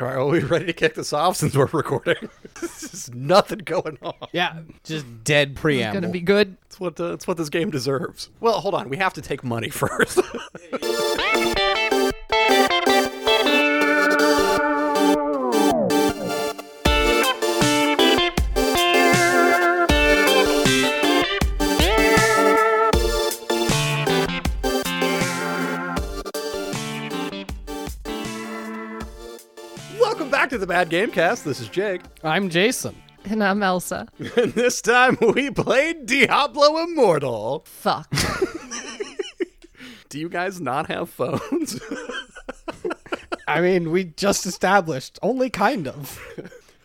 All right, are we ready to kick this off since we're recording? There's nothing going on. Yeah, just dead preamble. Gonna be good. It's what uh, it's what this game deserves. Well, hold on, we have to take money first. Welcome back to the Bad Gamecast. This is Jake, I'm Jason. And I'm Elsa. and this time we played Diablo Immortal. Fuck. Do you guys not have phones? I mean, we just established only kind of.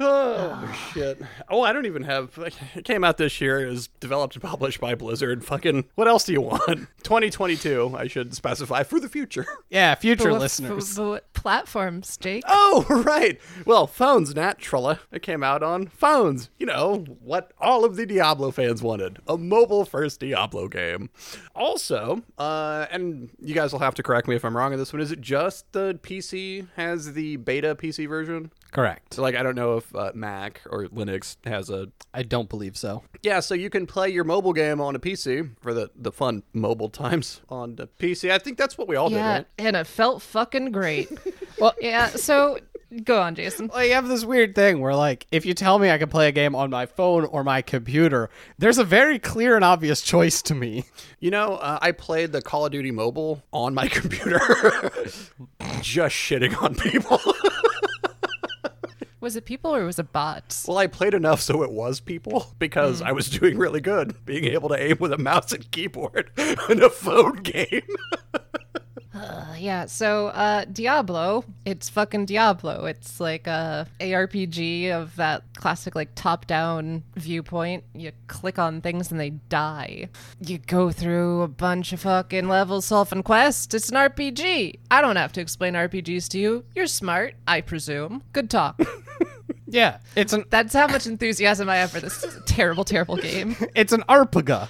Oh shit! Oh, I don't even have. It came out this year. It was developed and published by Blizzard. Fucking. What else do you want? 2022. I should specify for the future. Yeah, future But what- listeners. but what platforms, Jake. Oh right. Well, phones, Nat Trilla. It came out on phones. You know what all of the Diablo fans wanted: a mobile-first Diablo game. Also, uh, and you guys will have to correct me if I'm wrong on this one. Is it just the PC has the beta PC version? Correct. So like, I don't know if uh, Mac or Linux has a I don't believe so. Yeah, so you can play your mobile game on a PC for the, the fun mobile times on the PC. I think that's what we all did, Yeah, right? and it felt fucking great. well, yeah, so go on, Jason. Well, you have this weird thing where, like, if you tell me I can play a game on my phone or my computer, there's a very clear and obvious choice to me. You know, uh, I played the Call of Duty mobile on my computer, just shitting on people. Was it people or was it bots? well, I played enough so it was people because I was doing really good being able to aim with a mouse and keyboard in a phone game. Uh, yeah, so uh Diablo, it's fucking Diablo. It's like a ARPG of that classic like top-down viewpoint. You click on things and they die. You go through a bunch of fucking levels solving quests. It's an RPG. I don't have to explain RPGs to you. You're smart, I presume. Good talk. Yeah, it's an That's how much enthusiasm I have for this terrible, terrible game. it's an ARPGA.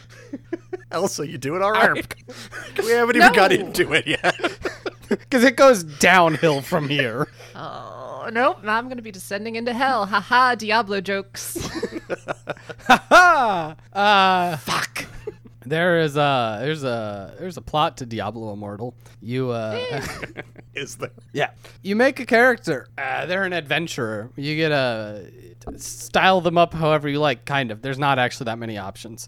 Elsa, you doing all right? we haven't even No. got into it yet. Because it goes downhill from here. Oh, nope. Now I'm going to be descending into hell. Haha, Diablo jokes. Ah, uh, fuck. There is a there's a there's a plot to Diablo Immortal. You uh, Is there? Yeah. You make a character. Uh, they're an adventurer. You get a style them up however you like, kind of. There's not actually that many options.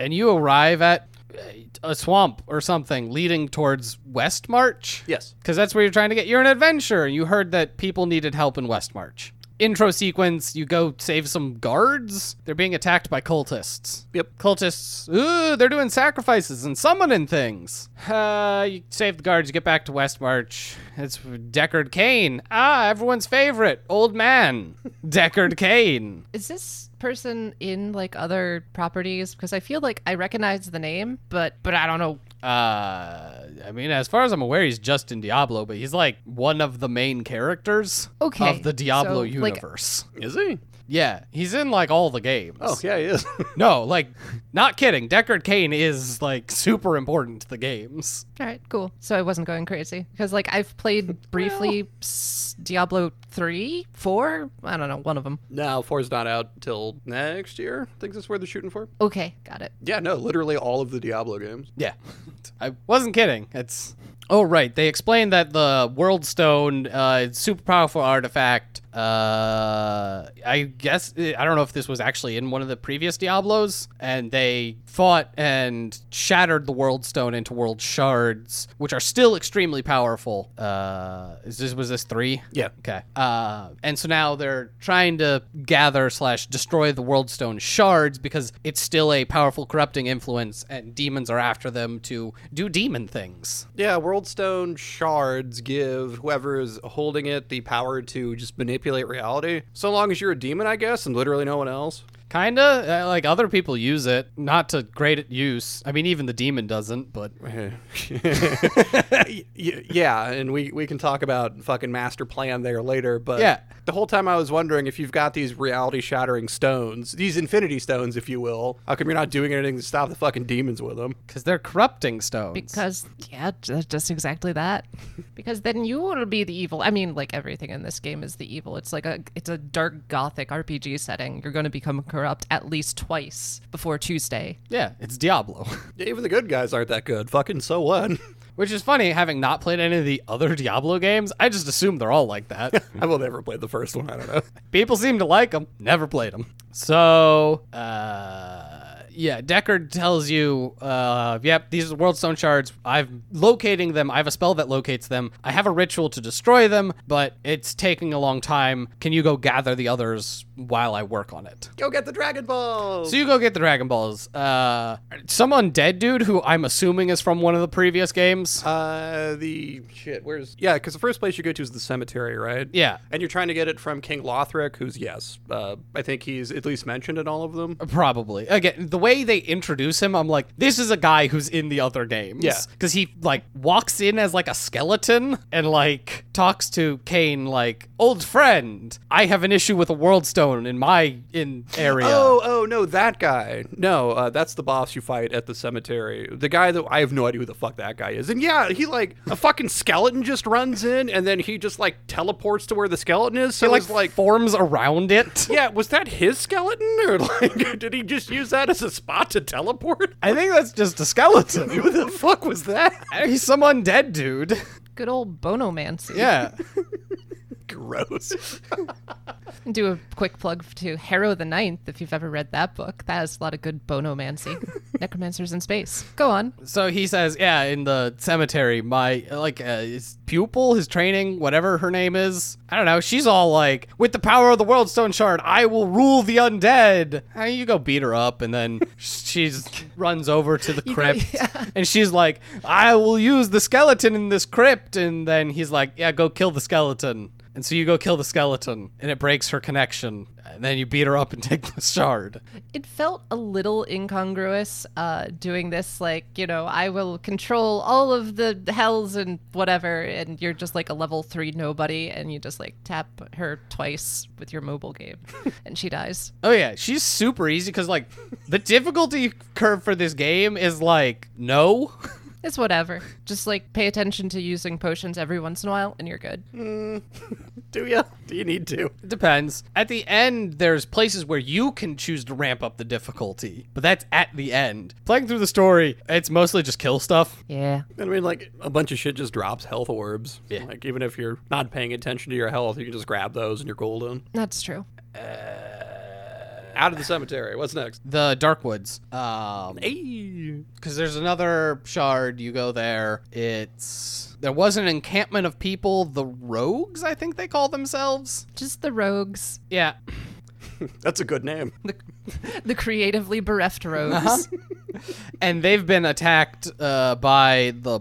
And you arrive at uh, a swamp or something leading towards West March. Yes. Because that's where you're trying to get. You're an adventurer. You heard that people needed help in West March. Intro sequence, you go save some guards. They're being attacked by cultists. Yep. Cultists, ooh, they're doing sacrifices and summoning things. Uh, you save the guards, you get back to West March. It's Deckard Kane. Ah, everyone's favorite old man, Deckard Kane. Is this person in like other properties? Because I feel like I recognize the name, but but I don't know. Uh, I mean, as far as I'm aware, he's just in Diablo, but he's like one of the main characters Okay, of the Diablo so, like- universe. Is he? yeah, he's in like all the games. Oh, yeah, he is. No, like, not kidding. Deckard Kane is like super important to the games. All right, cool. So I wasn't going crazy because like I've played briefly s Diablo three, four. I don't know, one of them. No, four's not out till next year. I think that's where they're shooting for. Okay, got it. Yeah, no, literally all of the Diablo games. Yeah. I wasn't kidding. It's Oh right, they explained that the World Stone, uh, it's super powerful artifact. Uh, I guess I don't know if this was actually in one of the previous Diablos, and they fought and shattered the World Stone into World Shards, which are still extremely powerful. Uh, is this was this three? Yeah. Okay. Uh, and so now they're trying to gather slash destroy the World Stone shards because it's still a powerful corrupting influence, and demons are after them to do demon things. Yeah, Worldstone shards give whoever is holding it the power to just manipulate reality. So long as you're a demon, I guess, and literally no one else. Kinda uh, like other people use it, not to great use. I mean, even the demon doesn't. But Y- y- yeah, and we, we can talk about fucking master plan there later, but yeah, the whole time I was wondering if you've got these reality shattering stones, these infinity stones, if you will, how come you're not doing anything to stop the fucking demons with them? because they're corrupting stones. Because yeah, ju- just exactly that. Because then you will be the evil. I mean, like everything in this game is the evil. It's like a it's a dark gothic RPG setting. You're going to become corrupt at least twice before Tuesday. yeah, it's Diablo, Even the good guys aren't that good. Fucking so what? which is funny. Having not played any of the other Diablo games, I just assume they're all like that. I will never play the first one. I don't know. People seem to like them. Never played them. So, uh, yeah, Deckard tells you, uh, yep, these are the World Stone Shards. I'm locating them. I have a spell that locates them. I have a ritual to destroy them, but it's taking a long time. Can you go gather the others while I work on it? Go get the Dragon Ball. So you go get the Dragon Balls. Uh, some undead dude who I'm assuming is from one of the previous games. Uh, the shit. Where's yeah? Because the first place you go to is the cemetery, right? Yeah. And you're trying to get it from King Lothric, who's yes, uh, I think he's at least mentioned in all of them. Probably. Again, the way they introduce him, I'm like, this is a guy who's in the other games. Yeah. Because he, like, walks in as, like, a skeleton and, like, talks to Kane, like, old friend, I have an issue with a world stone in my in area. Oh, oh no, that guy. No, uh, that's the boss you fight at the cemetery. The guy that I have no idea who the fuck that guy is. And yeah, he like a fucking skeleton just runs in, and then he just like teleports to where the skeleton is. So He, it's like, like. forms around it. yeah, was that his skeleton, or like, did he just use that as a spot to teleport? I think that's just a skeleton. Who the fuck was that? He's some undead dude. Good old Bonomancy. Yeah. Gross. Do a quick plug to Harrow the Ninth if you've ever read that book. That has a lot of good Bonomancy. Necromancers in space. Go on. So he says, yeah, in the cemetery, my like uh, his pupil, his training, whatever her name is, I don't know. She's all like, with the power of the world stone shard, I will rule the undead. And you go beat her up, and then she's runs over to the crypt, and she's like, I will use the skeleton in this crypt, and then he's like, yeah, go kill the skeleton. And so you go kill the skeleton, and it breaks her connection. And then you beat her up and take the shard. it felt a little incongruous uh, doing this like you know i will control all of the hells and whatever and you're just like a level three nobody and you just like tap her twice with your mobile game and she dies Oh yeah, she's super easy because like the difficulty curve for this game is like no. it's whatever just like pay attention to using potions every once in a while and you're good Do you? Do you need to? It depends. At the end, there's places where you can choose to ramp up the difficulty, but that's at the end. Playing through the story, it's mostly just kill stuff. yeah I mean, like a bunch of shit just drops health orbs. Yeah. Like even if you're not paying attention to your health, you can just grab those and you're golden. that's true Out of the cemetery. What's next? The Darkwoods, um, Hey. because there's another shard. You go there. It's there was an encampment of people, the Rogues, I think they call themselves. just the rogues Yeah, That's a good name. the, the creatively bereft rogues and they've been attacked uh, by the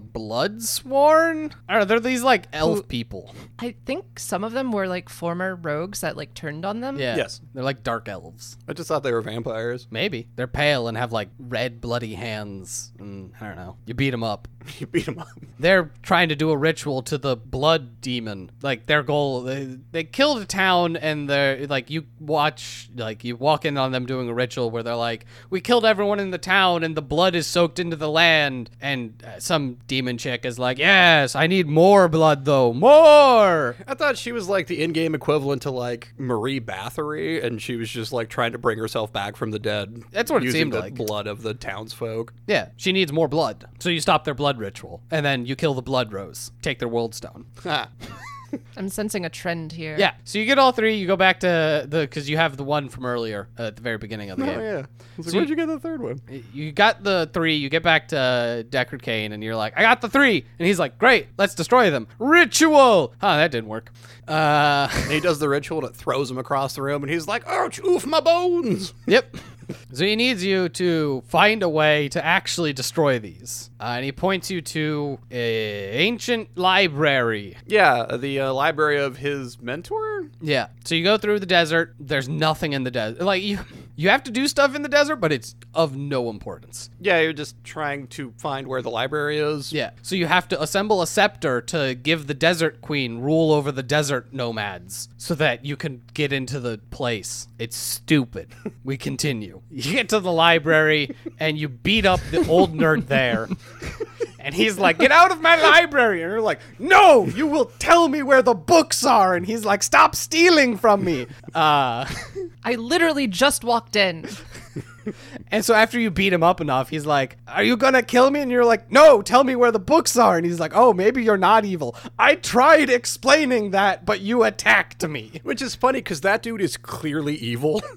Bloodsworn. I don't know. They're these like elf people. i think some of them were like former rogues that like turned on them Yeah. Yes. They're like dark elves. I just thought they were vampires. Maybe they're pale and have like red bloody hands. And, I don't know. You beat them up. You beat them up. They're trying to do a ritual to the blood demon. Like their goal, they, they killed a town, and they're like you watch, like you walk in on them doing a ritual where they're like, "We killed everyone in the town, and the blood is soaked into the land." And uh, some demon chick is like, "Yes, I need more blood though, more." I thought she was like the in-game equivalent to like Marie Bathory, and she was just like trying to bring herself back from the dead. That's what it using seemed the like. Blood of the townsfolk. Yeah, she needs more blood. So you stop their blood ritual, and then you kill the blood rose, take their world stone. Ha. i'm sensing a trend here Yeah, so you get all three. You go back to the because you have the one from earlier uh, at the very beginning of the Oh game. yeah. I was like, So where'd you- you get the third one? You got the three. You get back to uh, Deckard Kane, and you're like, "I got the three. and he's like, "Great, let's destroy them." Ritual. Huh, that didn't work. Uh, And he does the ritual and it throws him across the room, and he's like, "Ouch! Oof, my bones!" yep. So he needs you to find a way to actually destroy these, uh, and he points you to a ancient library. Yeah, the uh, library of his mentor. Yeah. So you go through the desert. There's nothing in the desert. Like you, You have to do stuff in the desert, but it's of no importance. Yeah, you're just trying to find where the library is. Yeah. So you have to assemble a scepter to give the desert queen rule over the desert nomads so that you can get into the place. It's stupid. we continue. You get to the library and you beat up the old nerd there. And he's like, get out of my library. And you're like, no, you will tell me where the books are. And he's like, stop stealing from me. Uh, I literally just walked in. And so after you beat him up enough, he's like, "Are you gonna kill me?" And you're like, "No, tell me where the books are." And he's like, "Oh, maybe you're not evil. I tried explaining that, but you attacked me." Which is funny because that dude is clearly evil.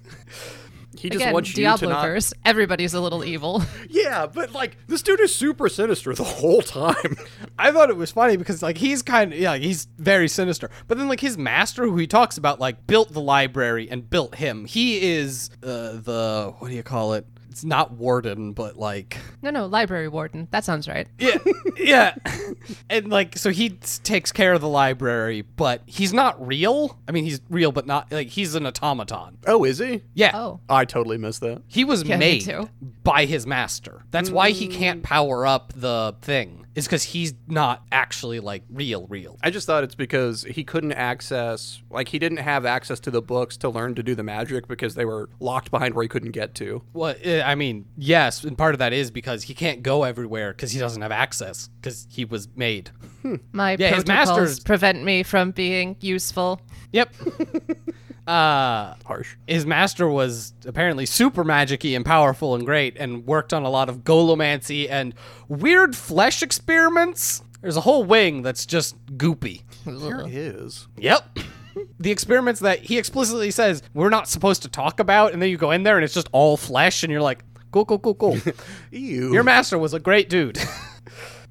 he just Again, wants you to not. Diabloverse. Everybody's a little evil. Yeah, but like this dude is super sinister the whole time. I thought it was funny because like he's kind of yeah, he's very sinister. But then like his master who he talks about like built the library and built him. He is uh, the what do you call it? It's not warden, but like no, no, library warden. That sounds right. yeah, yeah. And like, so he s- takes care of the library, but he's not real. I mean, he's real, but not like he's an automaton. oh, is he? Yeah. Oh. I totally missed that. He was Yeah, me made too. Mm. by his master. That's why he can't power up the thing. Is because he's not actually like real, real. I just thought it's because he couldn't access, like, he didn't have access to the books to learn to do the magic because they were locked behind where he couldn't get to. Well, eh, I mean, yes, and part of that is because he can't go everywhere because he doesn't have access because he was made. My Yeah, his protocols master's- prevent me from being useful. Yep. uh, Harsh. his master was apparently super magicy and powerful and great and worked on a lot of golomancy and weird flesh experiments. There's a whole wing that's just goopy. Here he is. Yep. the experiments that he explicitly says we're not supposed to talk about, and then you go in there and it's just all flesh, and you're like, cool, cool, cool, cool. Ew. Your master was a great dude.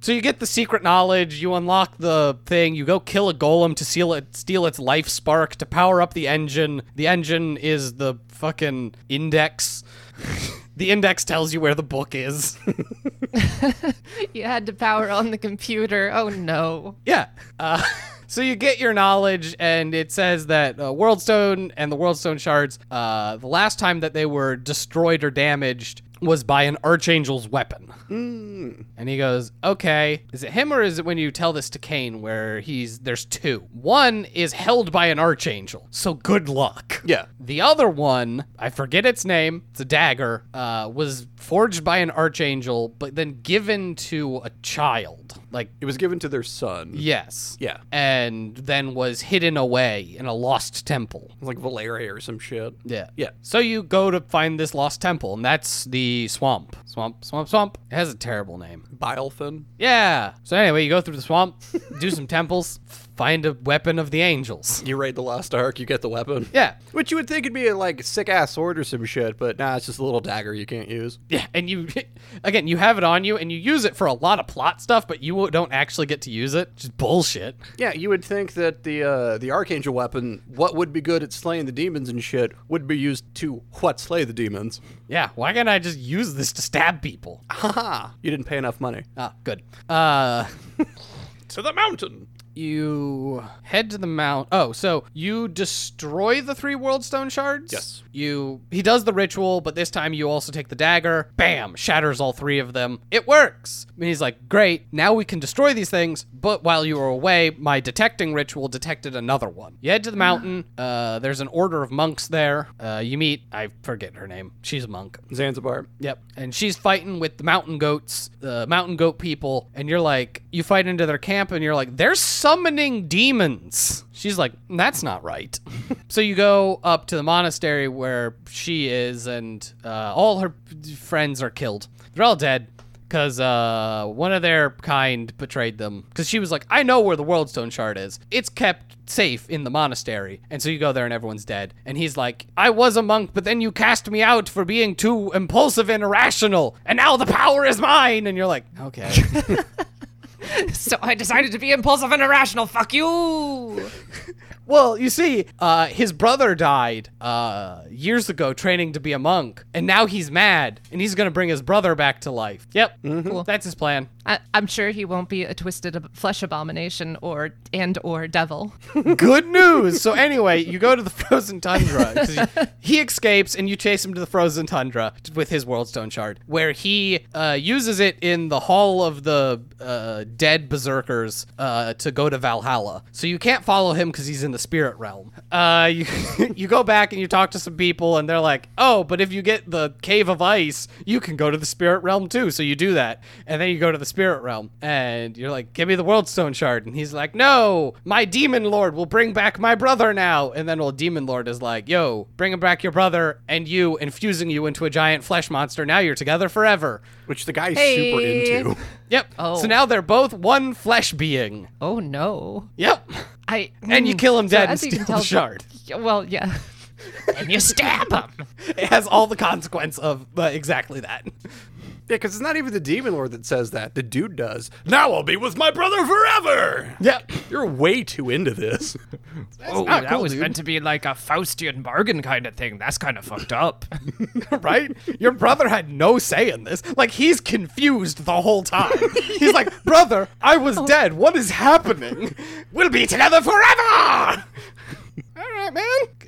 so you get the secret knowledge, you unlock the thing, you go kill a golem to seal it, steal its life spark to power up the engine. The engine is the fucking index. the index tells you where the book is. You had to power on the computer. Oh no. Yeah. Uh, so you get your knowledge, and it says that uh, Worldstone and the Worldstone shards, uh, the last time that they were destroyed or damaged was by an Archangel's weapon. And he goes, "Okay, is it him or is it when you tell this to Kane where he's there's two. One is held by an Archangel, so good luck. Yeah. The other one, I forget its name, it's a dagger, uh, was forged by an Archangel, but then given to a child, like." It was given to their son. Yes. Yeah. And then was hidden away in a lost temple. Like Valeria or some shit. Yeah. Yeah. So you go to find this lost temple, and that's the swamp. Swamp, swamp, swamp. It has a terrible name. Bilefin. Yeah. So anyway, you go through the swamp, do some temples, find a weapon of the angels. You raid the Lost Ark, you get the weapon. Yeah. Which you would think would be a, like, sick ass sword or some shit, but nah, it's just a little dagger you can't use. Yeah. And you, again, you have it on you, and you use it for a lot of plot stuff, but you don't actually get to use it. Just bullshit. Yeah, you would think that the uh, the archangel weapon, what would be good at slaying the demons and shit, would be used to what slay the demons. Yeah. Why can't I just use this to stab people? Haha! You didn't pay enough money. Ah, good. Uh. To the mountain. You head to the mount. Oh, so you destroy the three world stone shards? Yes. You he does the ritual, but this time you also take the dagger. Bam, shatters all three of them. It works. And he's like, "Great. Now we can destroy these things, but while you were away, my detecting ritual detected another one." You head to the mountain. Uh there's an order of monks there. Uh you meet I forget her name. She's a monk. Zanzibar. Yep. And she's fighting with the mountain goats, the mountain goat people, and you're like, you fight into their camp and you're like, they're summoning demons. She's like, that's not right. so you go up to the monastery where she is, and uh, all her friends are killed. They're all dead because uh, one of their kind betrayed them. Because she was like, I know where the Worldstone shard is. It's kept safe in the monastery. And so you go there and everyone's dead. And he's like, I was a monk, but then you cast me out for being too impulsive and irrational. And now the power is mine. And you're like, okay. so I decided to be impulsive and irrational. Fuck you. Well, you see, uh, his brother died uh, years ago training to be a monk, and now he's mad, and he's going to bring his brother back to life. Yep, that's his plan. I, I'm sure he won't be a twisted ab- flesh abomination or and or devil. Good news. So anyway, you go to the frozen tundra. 'cause He, he escapes, and you chase him to the frozen tundra with his Worldstone shard, where he uh, uses it in the hall of the uh, dead berserkers uh, to go to Valhalla. So you can't follow him because he's in the spirit realm. Uh, you you go back and you talk to some people, and they're like, "Oh, but if you get the cave of ice, you can go to the spirit realm too." So you do that, and then you go to the spirit realm, and you're like, "Give me the Worldstone shard," and he's like, "No, my demon lord will bring back my brother now." And then old demon lord is like, "Yo, bring him back your brother and you, and fusing you into a giant flesh monster. Now you're together forever." which the guy's super Hey. into. Yep. Oh. So now they're both one flesh being. Oh no. Yep. I mm, And you kill him So dead and as you steal can the tell- shard. Yeah, Well, yeah. and you stab him. It has all the consequence of uh, exactly that. Yeah, because it's not even the demon lord that says that. The dude does. Now I'll be with my brother forever. Yep. You're way too into this. Oh, not that cool, was dude. meant to be like a Faustian bargain kind of thing. That's kind of fucked up. right? Your brother had no say in this. Like he's confused the whole time. He's like, "Brother, I was dead. What is happening? We'll be together forever." All right, man.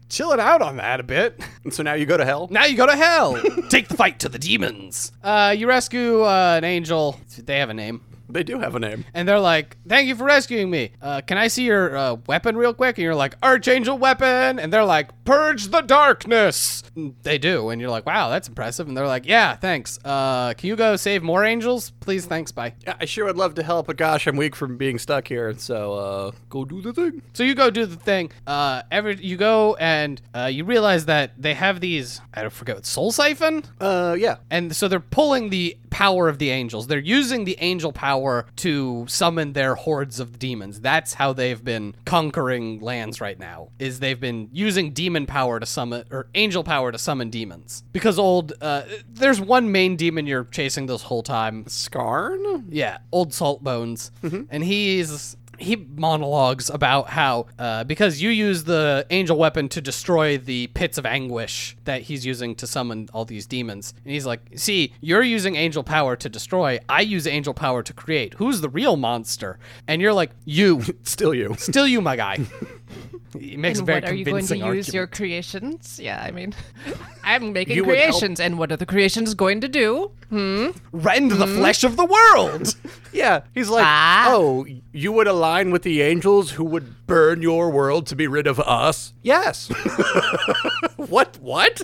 Chill it out on that a bit. And so now you go to hell. Now you go to hell. Take the fight to the demons. Uh, you rescue uh, an angel. They have a name. They do have a name. And they're like, "Thank you for rescuing me. Uh, can I see your uh, weapon real quick?" And you're like, "Archangel weapon." And they're like, "Purge the darkness." And They do, and you're like, "Wow, that's impressive." And they're like, "Yeah, thanks. Uh, can you go save more angels, please? Thanks, bye." Yeah, I sure would love to help, but gosh, I'm weak from being stuck here. So uh, go do the thing. So you go do the thing. Uh, every you go and uh, you realize that they have these. I don't forget what soul siphon. Uh, yeah. And so they're pulling the power of the angels. They're using the angel power to summon their hordes of demons. That's how they've been conquering lands right now. Is they've been using demon power to summon or angel power to summon demons. Because old uh, there's one main demon you're chasing this whole time. Scarn? Yeah, old salt bones. Mm-hmm. And he's he monologues about how uh, because you use the angel weapon to destroy the pits of anguish that he's using to summon all these demons and he's like see you're using angel power to destroy i use angel power to create who's the real monster and you're like you Still you. still you my guy he makes a And very what are you going to convincing use argument. your creations? Yeah, I mean, I'm making You would help- creations, and what are the creations going to do? rend Hmm? the flesh of the world Yeah. He's like, Ah. oh, you would align with the angels who would burn your world to be rid of us? Yes. what? What?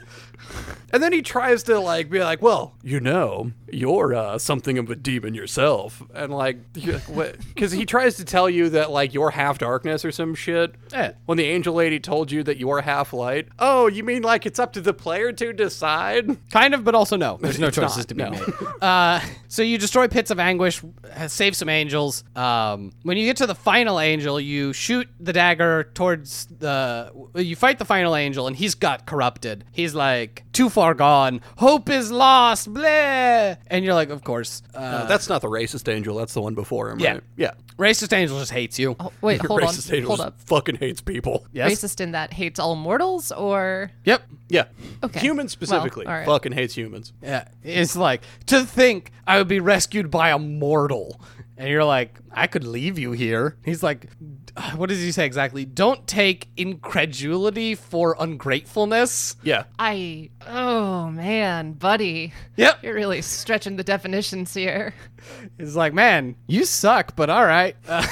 And then he tries to like be like, well, you know, you're uh, something of a demon yourself, and like, you're like, what? Because he tries to tell you that like you're half darkness or some shit. Yeah. When the angel lady told you that you're half light. Oh, you mean like it's up to the player to decide? Kind of, but also no. There's no It's choices not, to be no. made. Uh, so you destroy pits of anguish, uh, save some angels. Um, when you get to the final angel, you shoot the dagger towards the. You fight the final angel, and he's got corrupted. He's like too far gone. Hope is lost. Bleh. And you're like, of course. Uh, Uh, that's not the racist angel. That's the one before him. Yeah. Right? Yeah. racist angel just hates you. Oh, wait, hold on. racist angel Hold just up. fucking hates people. Yes. Racist in that hates all mortals, or Yep. Yeah. Okay. Humans Well, specifically all right. fucking hates humans. Yeah. It's like to think I would be rescued by a mortal. And you're like, I could leave you here. He's like, what does he say exactly? Don't take incredulity for ungratefulness. Yeah. I. Oh man, buddy, Yep. you're really stretching the definitions here. He's like, man, you suck, but all right. Uh,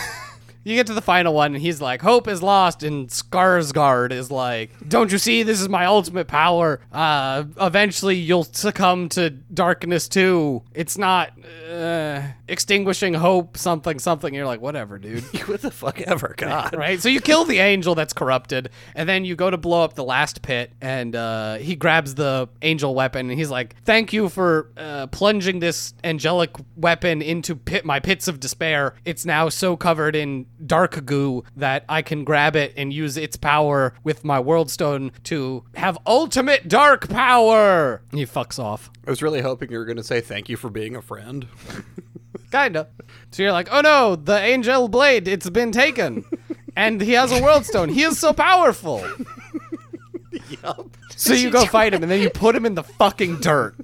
you get to the final one, and he's like, hope is lost, and Skarsgård is like, don't you see? This is my ultimate power. Uh, eventually, you'll succumb to darkness too. It's not uh, extinguishing hope, something, something. You're like, whatever, dude. What the fuck ever, God. Right, so you kill the angel that's corrupted, and then you go to blow up the last pit, and uh, he grabs the angel weapon, and he's like, "Thank you for uh, plunging this angelic weapon into pit my pits of despair. It's now so covered in dark goo that I can grab it and use its power with my world stone to have ultimate dark power." And he fucks off. I was really hoping you were going to say thank you for being a friend. Kinda. So you're like, oh no, the angel blade, it's been taken. and he has a world stone. He is so powerful. Yup. So you go fight him and then you put him in the fucking dirt.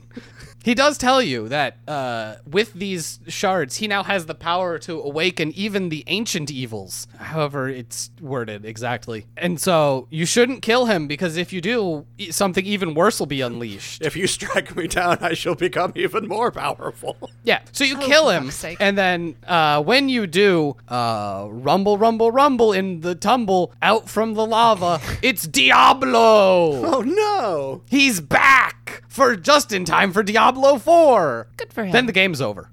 He does tell you that uh, with these shards, he now has the power to awaken even the ancient evils. However, it's worded exactly. And so you shouldn't kill him because if you do, e- something even worse will be unleashed. If you strike me down, I shall become even more powerful. Yeah. So you kill Oh, for him, fuck's sake. and then uh, when you do, uh, rumble, rumble, rumble in the tumble out from the lava. it's Diablo. Oh no! He's back for just in time for Diablo Four. Good for him. Then the game's over.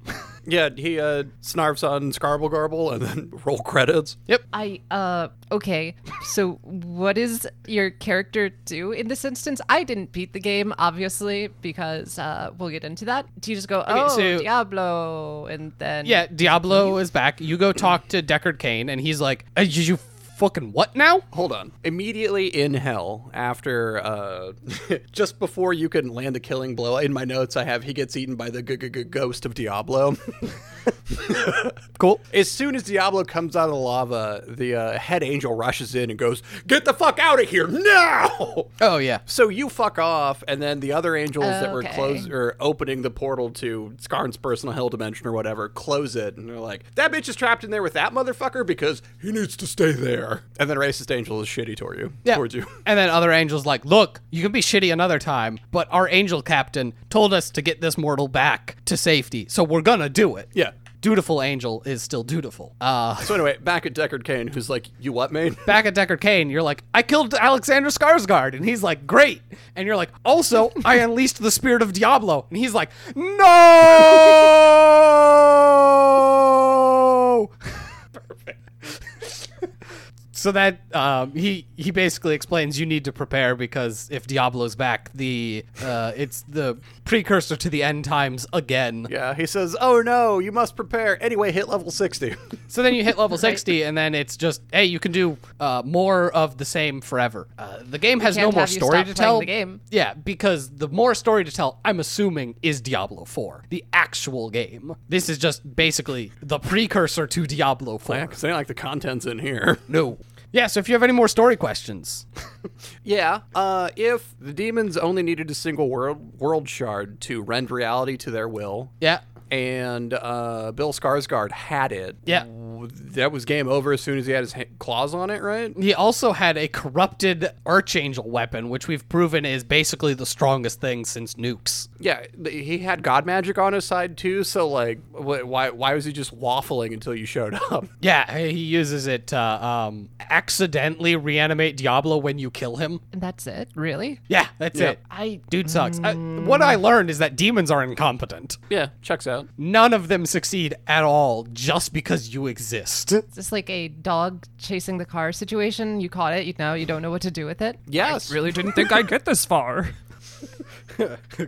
Yeah, he uh, snarfs on Scarble Garble and then roll credits. I uh okay. So what does your character do in this instance? I didn't beat the game, obviously, because uh we'll get into that. Do you just go, Oh so- Diablo and then yeah, Diablo is back. You go talk to Deckard Kane, and he's like, uh, "You you fucking what now?" Hold on. Immediately in hell, after uh, just before you can land the killing blow, in my notes I have he gets eaten by the g- g- g- ghost of Diablo. Cool. as soon as Diablo comes out of the lava, the uh, head angel rushes in and goes, "Get the fuck out of here now!" Oh yeah. So you fuck off, and then the other angels that were Okay. close or opening the portal to Skarn's personal hell dimension or whatever close it, and they're like, "That bitch is trapped in there with that motherfucker because he needs to stay there." And then racist angel is shitty toward you, Yeah. towards you. And then other angels like, look, you can be shitty another time, but our angel captain told us to get this mortal back to safety, so we're gonna do it. Yeah. Dutiful angel is still dutiful. Uh So anyway, back at Deckard Kane, who's like, "You what, man?" back at Deckard Kane, you're like, I killed Alexander Skarsgård, and he's like, great. And you're like, also, I unleashed the spirit of Diablo, and he's like, no. So that um, he he basically explains you need to prepare because if Diablo's back, the uh, it's the precursor to the end times again. Yeah, he says, "Oh no, you must prepare." Anyway, hit level sixty. So then you hit level 60, and then it's just, hey, you can do uh, more of the same forever. Uh, the game has no can't more have you story stop to playing tell. the game. Yeah, because the more story to tell, I'm assuming, is Diablo 4, the actual game. This is just basically the precursor to Diablo 4. yeah, because they like the contents in here. No. Yeah, so if you have any more story questions, Yeah. Uh, if the demons only needed a single world world shard to rend reality to their will, yeah. and uh, Bill Skarsgård had it. Yeah. w- That was game over as soon as he had his ha- claws on it, right? He also had a corrupted archangel weapon, which we've proven is basically the strongest thing since nukes. Yeah, th- he had god magic on his side too. So like, wh- why why was he just waffling until you showed up? Yeah, he uses it to um, accidentally reanimate Diablo when you kill him. and that's it, really? Yeah, that's Yeah. it. I dude sucks. I, what mm. I learned is that demons are incompetent. Yeah, checks out. None of them succeed at all just because you exist. Is this like a dog chasing the car situation? You caught it, you know, you don't know what to do with it. Yes, Really didn't think I'd get this far.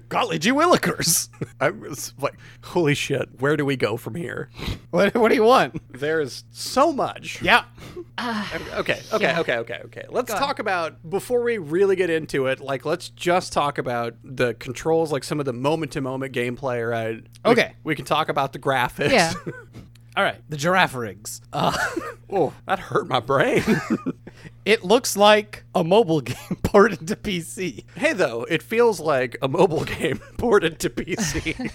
Golly gee willikers. I was like, holy shit, where do we go from here? what, what do you want? There's so much. Yeah. Okay, okay, okay, okay, okay. Let's talk about before we really get into it. Like, let's just talk about the controls, like some of the moment-to-moment gameplay, right? We- Okay. we, can talk about the graphics. Yeah. All right. The giraffe rigs. Uh, oh, that hurt my brain. it looks like a mobile game ported to PC. hey, though, it feels like a mobile game ported to PC.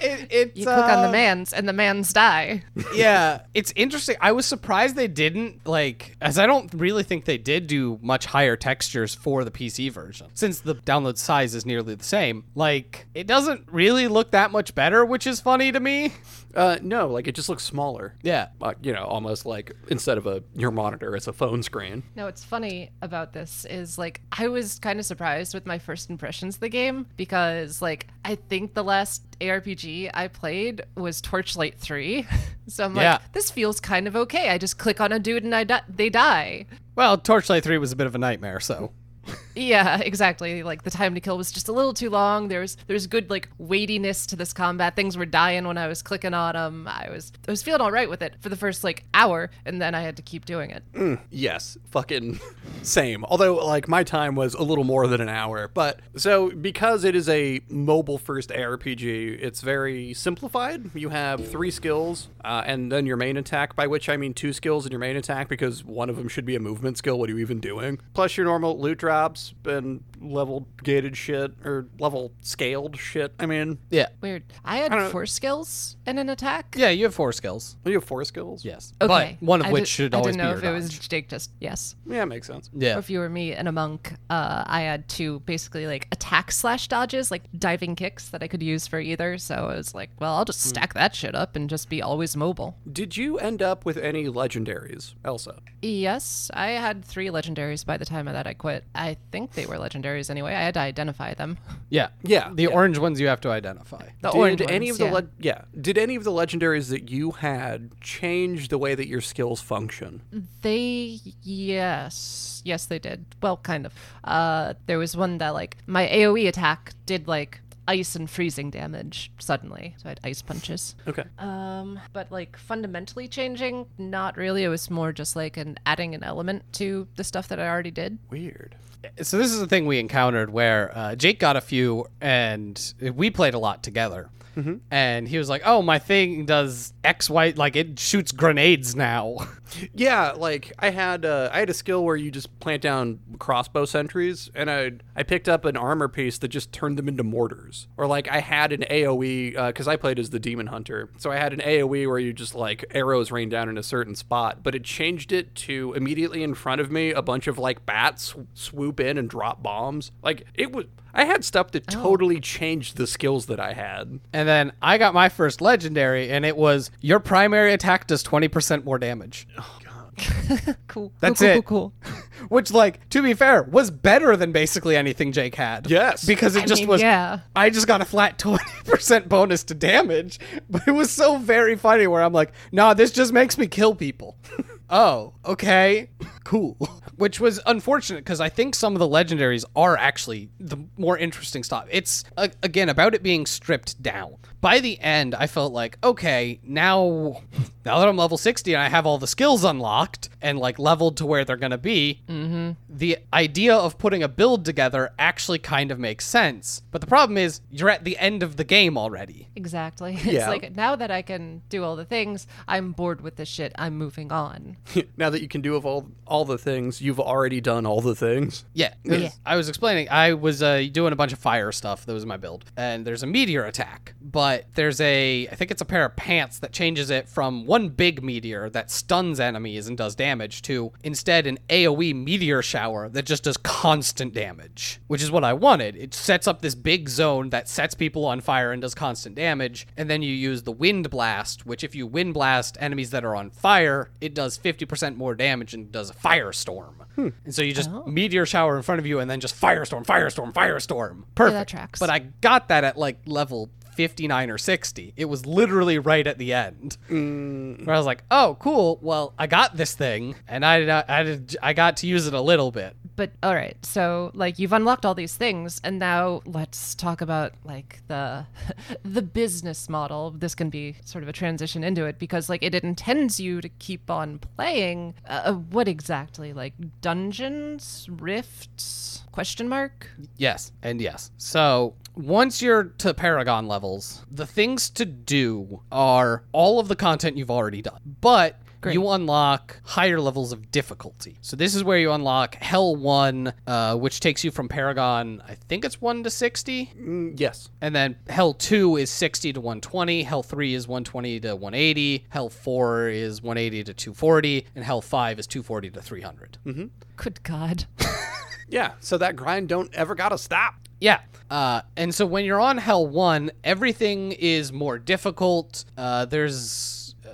It, it's, You click on uh, the man's and the man's die. yeah, it's interesting. I was surprised they didn't like, as I don't really think they did do much higher textures for the PC version, since the download size is nearly the same. Like, it doesn't really look that much better, which is funny to me. uh, no, like it just looks smaller. Yeah, Uh, you know, almost like instead of a your monitor, it's a phone screen. No, what's funny about this is like I was kind of surprised with my first impressions of the game because like I think the last ARPG I played was Torchlight 3. So I'm Yeah. like, this feels kind of okay. I just click on a dude and I di- they die. well, Torchlight Three was a bit of a nightmare, so Yeah, exactly. Like the time to kill was just a little too long. There's there's good like weightiness to this combat. Things were dying when I was clicking on them. I was I was feeling all right with it for the first like hour, and then I had to keep doing it. Yes, fucking same. Although, like, my time was a little more than an hour. But so, because it is a mobile first ARPG, it's very simplified. You have three skills uh, and then your main attack, by which I mean two skills in your main attack because one of them should be a movement skill. What are you even doing? Plus your normal loot drops and level gated shit or level scaled shit. I mean, Yeah. Weird. I had don't- four skills and an attack. Yeah, you have four skills. you have four skills? Yes. Okay. But one of I which did- should I always didn't know be if your it was dodge. Jake. Just yes. Yeah, makes sense. Yeah. Or if you were me and a monk, uh, I had two basically like attack slash dodges, like diving kicks that I could use for either. So I was like, well, I'll Hmm. just stack that shit up and just be always mobile. Did you end up with any legendaries, Elsa? Yes, I had three legendaries by the time that I quit. I think they were legendaries anyway. I had to identify them. Yeah. Yeah, The orange ones you have to identify. The did orange any ones, of the yeah. le- yeah did any of the legendaries that you had change the way that your skills function They yes, yes they did. Well, kind of. Uh, there was one that like my AOE attack did like ice and freezing damage suddenly, so I had ice punches. okay Um, but like fundamentally changing, not really. It was more just like an adding an element to the stuff that I already did. weird so this is the thing we encountered where uh, Jake got a few, and we played a lot together. And he was like, "Oh, my thing does X, Y, like it shoots grenades now." yeah like i had uh, i had a skill where you just plant down crossbow sentries and i i picked up an armor piece that just turned them into mortars or like i had an aoe because uh, i played as the demon hunter so i had an aoe where you just like arrows rain down in a certain spot but it changed it to immediately in front of me a bunch of like bats swoop in and drop bombs like it was i had stuff that totally changed the skills that i had and then I got my first legendary, and it was your primary attack does twenty percent more damage, Cool. That's cool, it. Cool. cool, cool. which, like, to be fair, was better than basically anything Jake had. Yes. because it I just mean, was. yeah. I just got a flat twenty percent bonus to damage, but it was so very funny. Where I'm like, "Nah, this just makes me kill people." oh, okay, cool. Which was unfortunate because I think some of the legendaries are actually the more interesting stuff. It's a- again about it being stripped down. By the end, I felt like, okay, now, now that I'm level sixty and I have all the skills unlocked and like leveled to where they're gonna be, Mm-hmm. the idea of putting a build together actually kind of makes sense. But the problem is, you're at the end of the game already. Exactly. It's Yeah. like now that I can do all the things, I'm bored with this shit. I'm moving on. now that you can do of all all the things you've already done all the things Yeah, 'cause I was explaining. I was uh, doing a bunch of fire stuff. That was my build. And there's a meteor attack, but there's a I think it's a pair of pants that changes it from one big meteor that stuns enemies and does damage to instead an AOE meteor shower that just does constant damage, which is what I wanted. It sets up this big zone that sets people on fire and does constant damage. And then you use the wind blast, which if you wind blast enemies that are on fire, it does 50% more damage and does a firestorm. And so you just meteor shower in front of you and then just firestorm, firestorm, firestorm. Perfect. tracks. But I got that at like level 59 or 60. It was literally right at the end. Where I was like, "Oh, cool. Well, I got this thing and I did- I did- I got to use it a little bit." But all right, so like you've unlocked all these things, and now let's talk about like the the business model. This can be sort of a transition into it because like it intends you to keep on playing. Uh, what exactly? Like dungeons, rifts? Question mark. Yes, and yes. So once you're to Paragon levels, the things to do are all of the content you've already done, but you unlock higher levels of difficulty. So this is where you unlock Hell 1, uh, which takes you from Paragon, I think it's 1 to 60. Mm, yes And then Hell 2 is 60 to 120. Hell 3 is 120 to 180. Hell 4 is 180 to 240. And Hell 5 is 240 to 300. Good God. Yeah, so that grind don't ever gotta stop. Yeah. Uh, and so when you're on Hell 1, everything is more difficult. Uh, there's. Uh,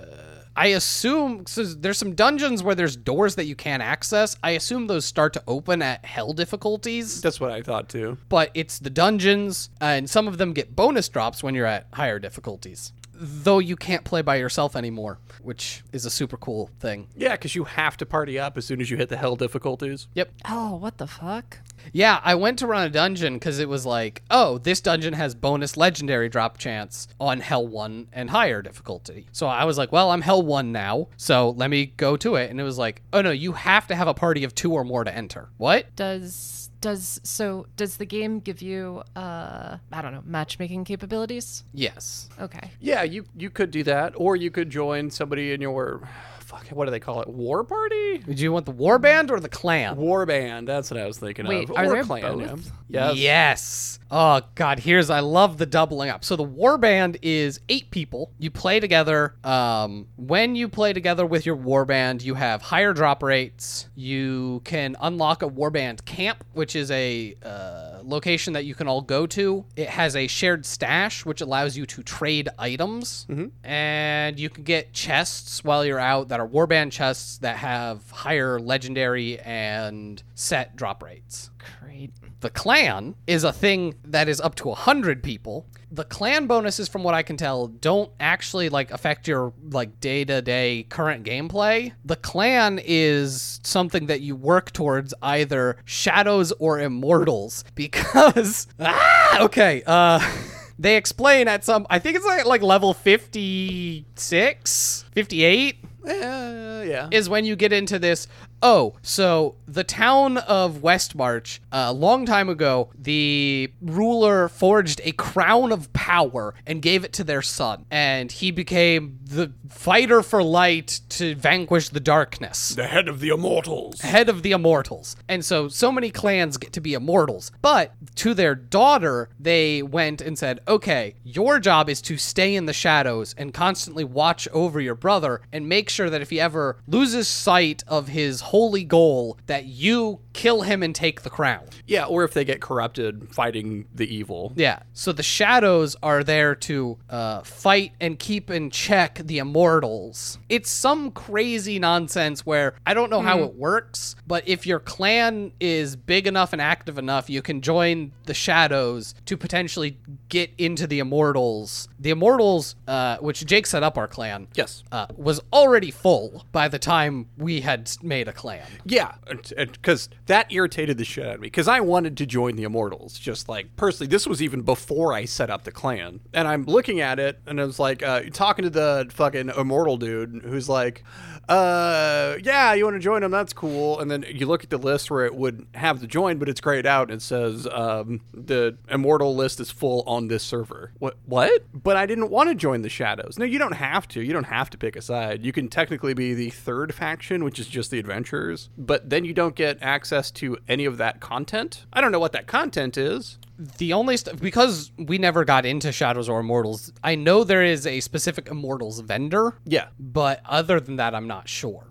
I assume. So there's some dungeons where there's doors that you can't access. I assume those start to open at Hell difficulties, That's what I thought too. uh, but it's the dungeons, and some of them get bonus drops when you're at higher difficulties. though you can't play by yourself anymore, which is a super cool thing. Yeah, because you have to party up as soon as you hit the hell difficulties. Yep. Oh, what the fuck? Yeah, I went to run a dungeon because it was like, oh, this dungeon has bonus legendary drop chance on Hell 1 and higher difficulty. So I was like, well, I'm Hell 1 now, so let me go to it. And it was like, oh no, you have to have a party of two or more to enter. What? Does does so does the game give you uh I don't know, matchmaking capabilities? Yes. Okay. Yeah, you you could do that, or you could join somebody in your fuck. What do they call it? War party? Do you want the warband or the clan? War band. That's what I was thinking Wait, of. are or there clan, yeah. both? Yes. Yes. Oh God, here's I love the doubling up. So the war band is eight people. You play together. Um, when you play together with your war band, you have higher drop rates. You can unlock a war band camp, which is a uh, location that you can all go to. It has a shared stash, which allows you to trade items, and you can get chests while you're out that are war band chests that have higher legendary and set drop rates. Great. The clan is a thing that is up to 100 people. The clan bonuses from what I can tell don't actually like affect your like day-to-day current gameplay. The clan is something that you work towards either shadows or immortals because ah okay, uh they explain at some I think it's like like level 56, 58 Uh, yeah. is when you get into this. Oh, so the town of Westmarch, a long time ago, the ruler forged a crown of power and gave it to their son, and he became the fighter for light to vanquish the darkness. the head of the immortals. Head of the immortals. And so, so many clans get to be immortals. But to their daughter, they went and said, okay, your job is to stay in the shadows and constantly watch over your brother and make sure that if he ever loses sight of his holy goal, that you kill him and take the crown. Yeah, or if they get corrupted fighting the evil. Yeah. So the shadows are there to uh, fight and keep in check the immortals. It's some crazy nonsense where I don't know how it works, but if your clan is big enough and active enough, you can join the shadows to potentially get into the immortals. The immortals, uh, which Jake set up our clan. Yes. Uh, was already full by the time we had made a clan. Yeah, because that irritated the shit out of me. Because I wanted to join the Immortals, just like personally. This was even before I set up the clan, and I'm looking at it, and I was like, uh, talking to the fucking Immortal dude, who's like, "Uh, yeah, you want to join them? That's cool." And then you look at the list where it would have the join, but it's grayed out, and it says um, the Immortal list is full on this server. What? What? But I didn't want to join the Shadows. No, you don't have to. You don't have to pick a side. You can technically be the third faction, which is just the adventurers, but then you don't get access to any of that content. I don't know what that content is. the only stuff because we never got into shadows or immortals i know there is a specific immortals vendor Yeah. but other than that i'm not sure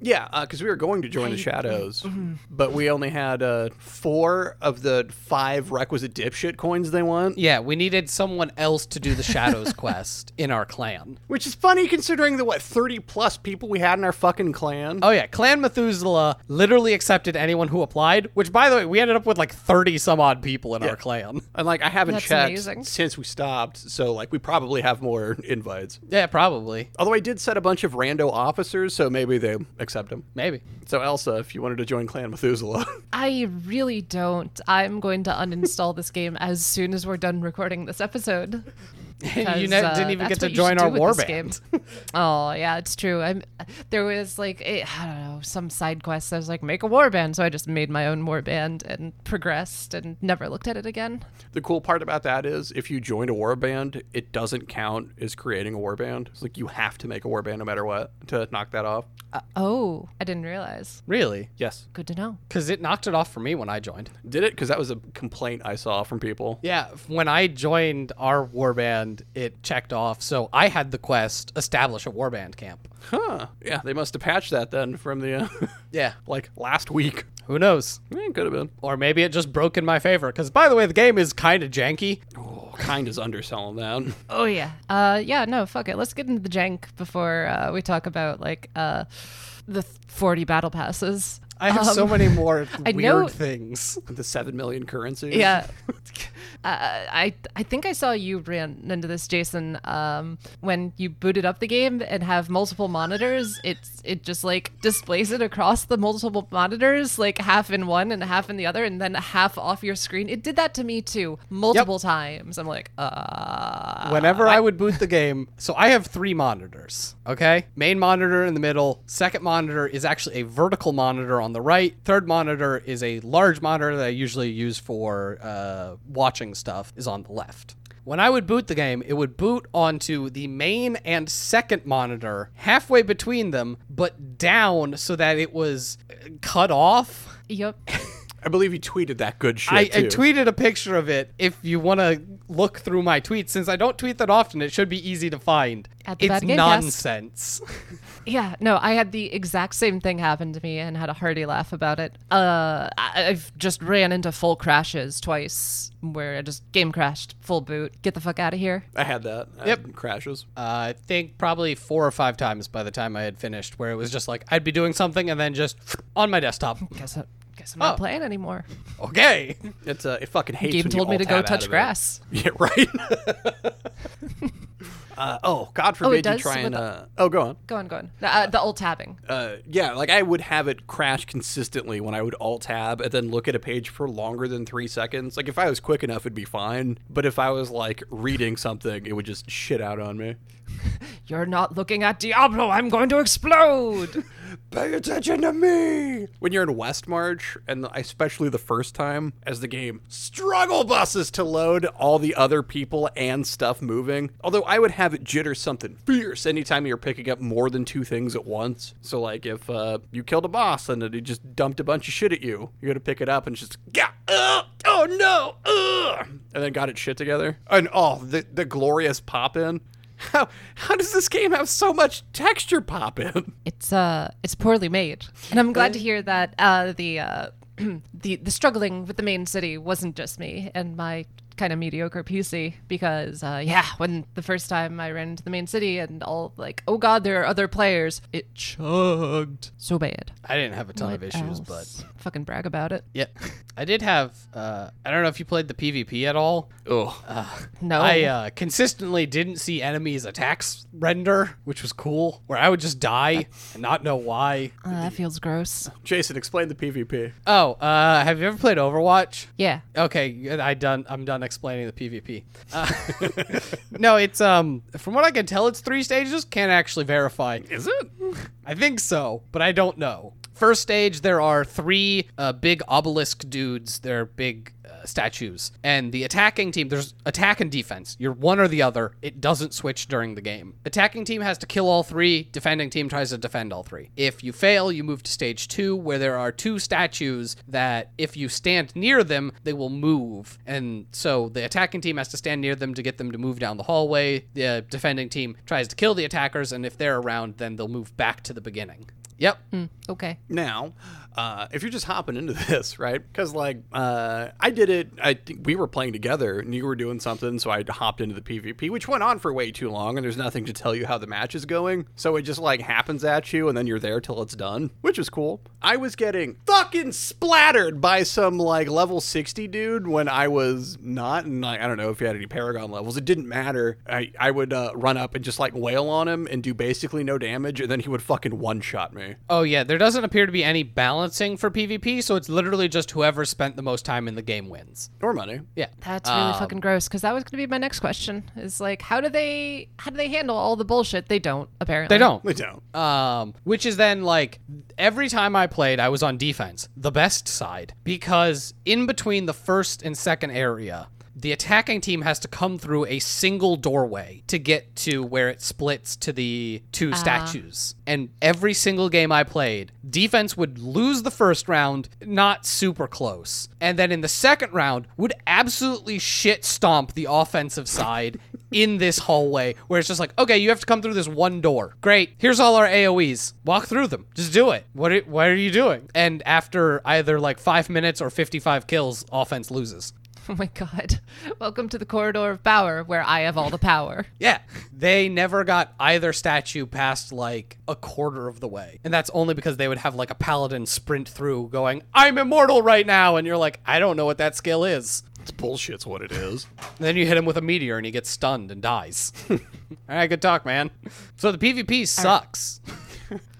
Yeah, because we were going to join the Shadows, but we only had uh, four of the five requisite dipshit coins they want, yeah we needed someone else to do the shadows quest in our clan which is funny considering the, what, 30 plus people we had in our fucking clan. oh yeah clan methuselah literally accepted anyone who applied which by the way we ended up with like 30 some odd people in our clan And like I haven't That's checked amazing. since we stopped, so like we probably have more invites. yeah probably Although I did set a bunch of rando officers, so maybe they accept them. maybe So Elsa, if you wanted to join Clan Methuselah, I really don't. I'm going to uninstall this game as soon as we're done recording this episode. you 'Cause, ne- uh, didn't even that's get to what you join should our do with war this band game. oh yeah, it's true. I'm, there was like a- I don't know some side quest. I was like make a war band, so I just made my own war band and progressed and never looked at it again. the cool part about that is if you joined a war band, it doesn't count as creating a war band. It's like you have to make a war band no matter what to knock that off. Uh, oh, I didn't realize. really Yes, Good to know. because it knocked it off for me when i joined did it because that was a complaint I saw from people. Yeah, f- when I joined our warband, it checked off. So I had the quest establish a warband camp. Huh? Yeah, they must have patched that then from the uh, Yeah, like last week. who knows? Eh, could have been. Or maybe it just broke in my favor. Because by the way, the game is kind of janky. Oh, kind is underselling that. Oh yeah. Uh yeah, no, fuck it. Let's get into the jank before uh, we talk about like uh the 40 battle passes. I have so Um, many more I weird know- things. The seven million currencies. Yeah. Uh, I I think I saw you ran into this, Jason, um, when you booted up the game and have multiple monitors. It's it just like displays it across the multiple monitors, like half in one and half in the other, and then half off your screen. It did that to me too, multiple times. I'm like, uh, Whenever I would boot the game, so I have three monitors, okay? Main monitor in the middle, second monitor is actually a vertical monitor on the right, third monitor is a large monitor that I usually use for uh, watching stuff, is on the left. When I would boot the game, it would boot onto the main and second monitor, halfway between them, but down so that it was uh, cut off. yep. I believe you tweeted that good shit. I, I too. tweeted a picture of it. If you want to look through my tweets, since I don't tweet that often, it should be easy to find. At the it's Bad Game Cast. nonsense. Yeah, no, I had the exact same thing happen to me and had a hearty laugh about it. Uh, I- I've just ran into full crashes twice where I just game crashed, full boot. Get the fuck out of here. I had that. I Yep. had crashes. uh, I think probably four or five times by the time I had finished, where it was just like I'd be doing something and then just on my desktop. Guess I, guess I'm not Oh. playing anymore. Okay. It's uh, it fucking hates. Game when you told me to go alt-tab out of touch it. grass. Yeah, right. uh, oh, God forbid you does try and. with- Uh, oh, go on. Go on, go on. Uh, the old tabbing. Uh, yeah, like I would have it crash consistently when I would alt tab and then look at a page for longer than three seconds. Like if I was quick enough, it'd be fine. But if I was like reading something, it would just shit out on me. You're not looking at Diablo. I'm going to explode. Pay attention to me! When you're in Westmarch, and especially the first time, as the game struggle buses to load all the other people and stuff moving. Although I would have it jitter something fierce anytime you're picking up more than two things at once. So, like, if uh, you killed a boss and then he just dumped a bunch of shit at you, you're gonna pick it up and it's just, Gah! Ugh! oh no, Ugh! and then got its shit together. And oh, the, the glorious pop in. How, how does this game have so much texture pop in? it's uh, it's poorly made, and I'm glad to hear that uh, the uh, the the struggling with the main city wasn't just me and my kind of mediocre PC. Because uh, yeah, when the first time I ran into the main city and all like, oh god, there are other players. It chugged so bad. I didn't have a ton of What issues, but else? fucking brag about it. yeah, I did have. Uh, I don't know if you played the PvP at all. Oh, No, I uh, consistently didn't see enemies' attacks render, which was cool. Where I would just die and not know why. Uh, that feels gross. Jason, explain the PvP. Oh, uh, have you ever played Overwatch? Yeah. Okay, I done. I'm done explaining the PvP. Uh, no, it's um. From what I can tell, it's three stages. Can't actually verify. Is it? I think so, but I don't know. First stage, there are three uh, big obelisk dudes. They're big uh, statues, and the attacking team. There's attack and defense. You're one or the other. It doesn't switch during the game. Attacking team has to kill all three. Defending team tries to defend all three. If you fail, you move to stage two, where there are two statues that, if you stand near them, they will move. And so the attacking team has to stand near them to get them to move down the hallway. The uh, defending team tries to kill the attackers, and if they're around, then they'll move back to the beginning. Yep. Okay. Now, uh, if you're just hopping into this, right? Because like uh, I did it, I think we were playing together, and you were doing something, so I hopped into the PvP, which went on for way too long, and there's nothing to tell you how the match is going, so it just like happens at you, and then you're there till it's done, which is cool. I was getting fucking splattered by some like level 60 dude when I was not, and like, I don't know if you had any Paragon levels, it didn't matter. I I would uh, run up and just like wail on him and do basically no damage, and then he would fucking one shot me. Oh, yeah. There doesn't appear to be any balancing for PvP, so it's literally just whoever spent the most time in the game wins. Or money. Yeah. That's really Um, fucking gross because that was going to be my next question. Is like, how do they how do they handle all the bullshit? They don't apparently. They don't. They don't. um, which is then like every time I played, I was on defense, the best side, because in between the first and second area, the attacking team has to come through a single doorway to get to where it splits to the two statues. And every single game I played, defense would lose the first round, not super close. And then in the second round, would absolutely shit stomp the offensive side in this hallway where it's just like, okay, you have to come through this one door. Great. Here's all our AoEs. Walk through them. Just do it. What are, what are you doing? And after either like five minutes or 55 kills, offense loses. Oh my god. Welcome to the corridor of power where I have all the power. Yeah. They never got either statue past like a quarter of the way. And that's only because they would have like a paladin sprint through going, I'm immortal right now. And you're like, I don't know what that skill is. It's bullshit's what it is. Then you hit him with a meteor and he gets stunned and dies. All right, good talk, man. So the PvP sucks.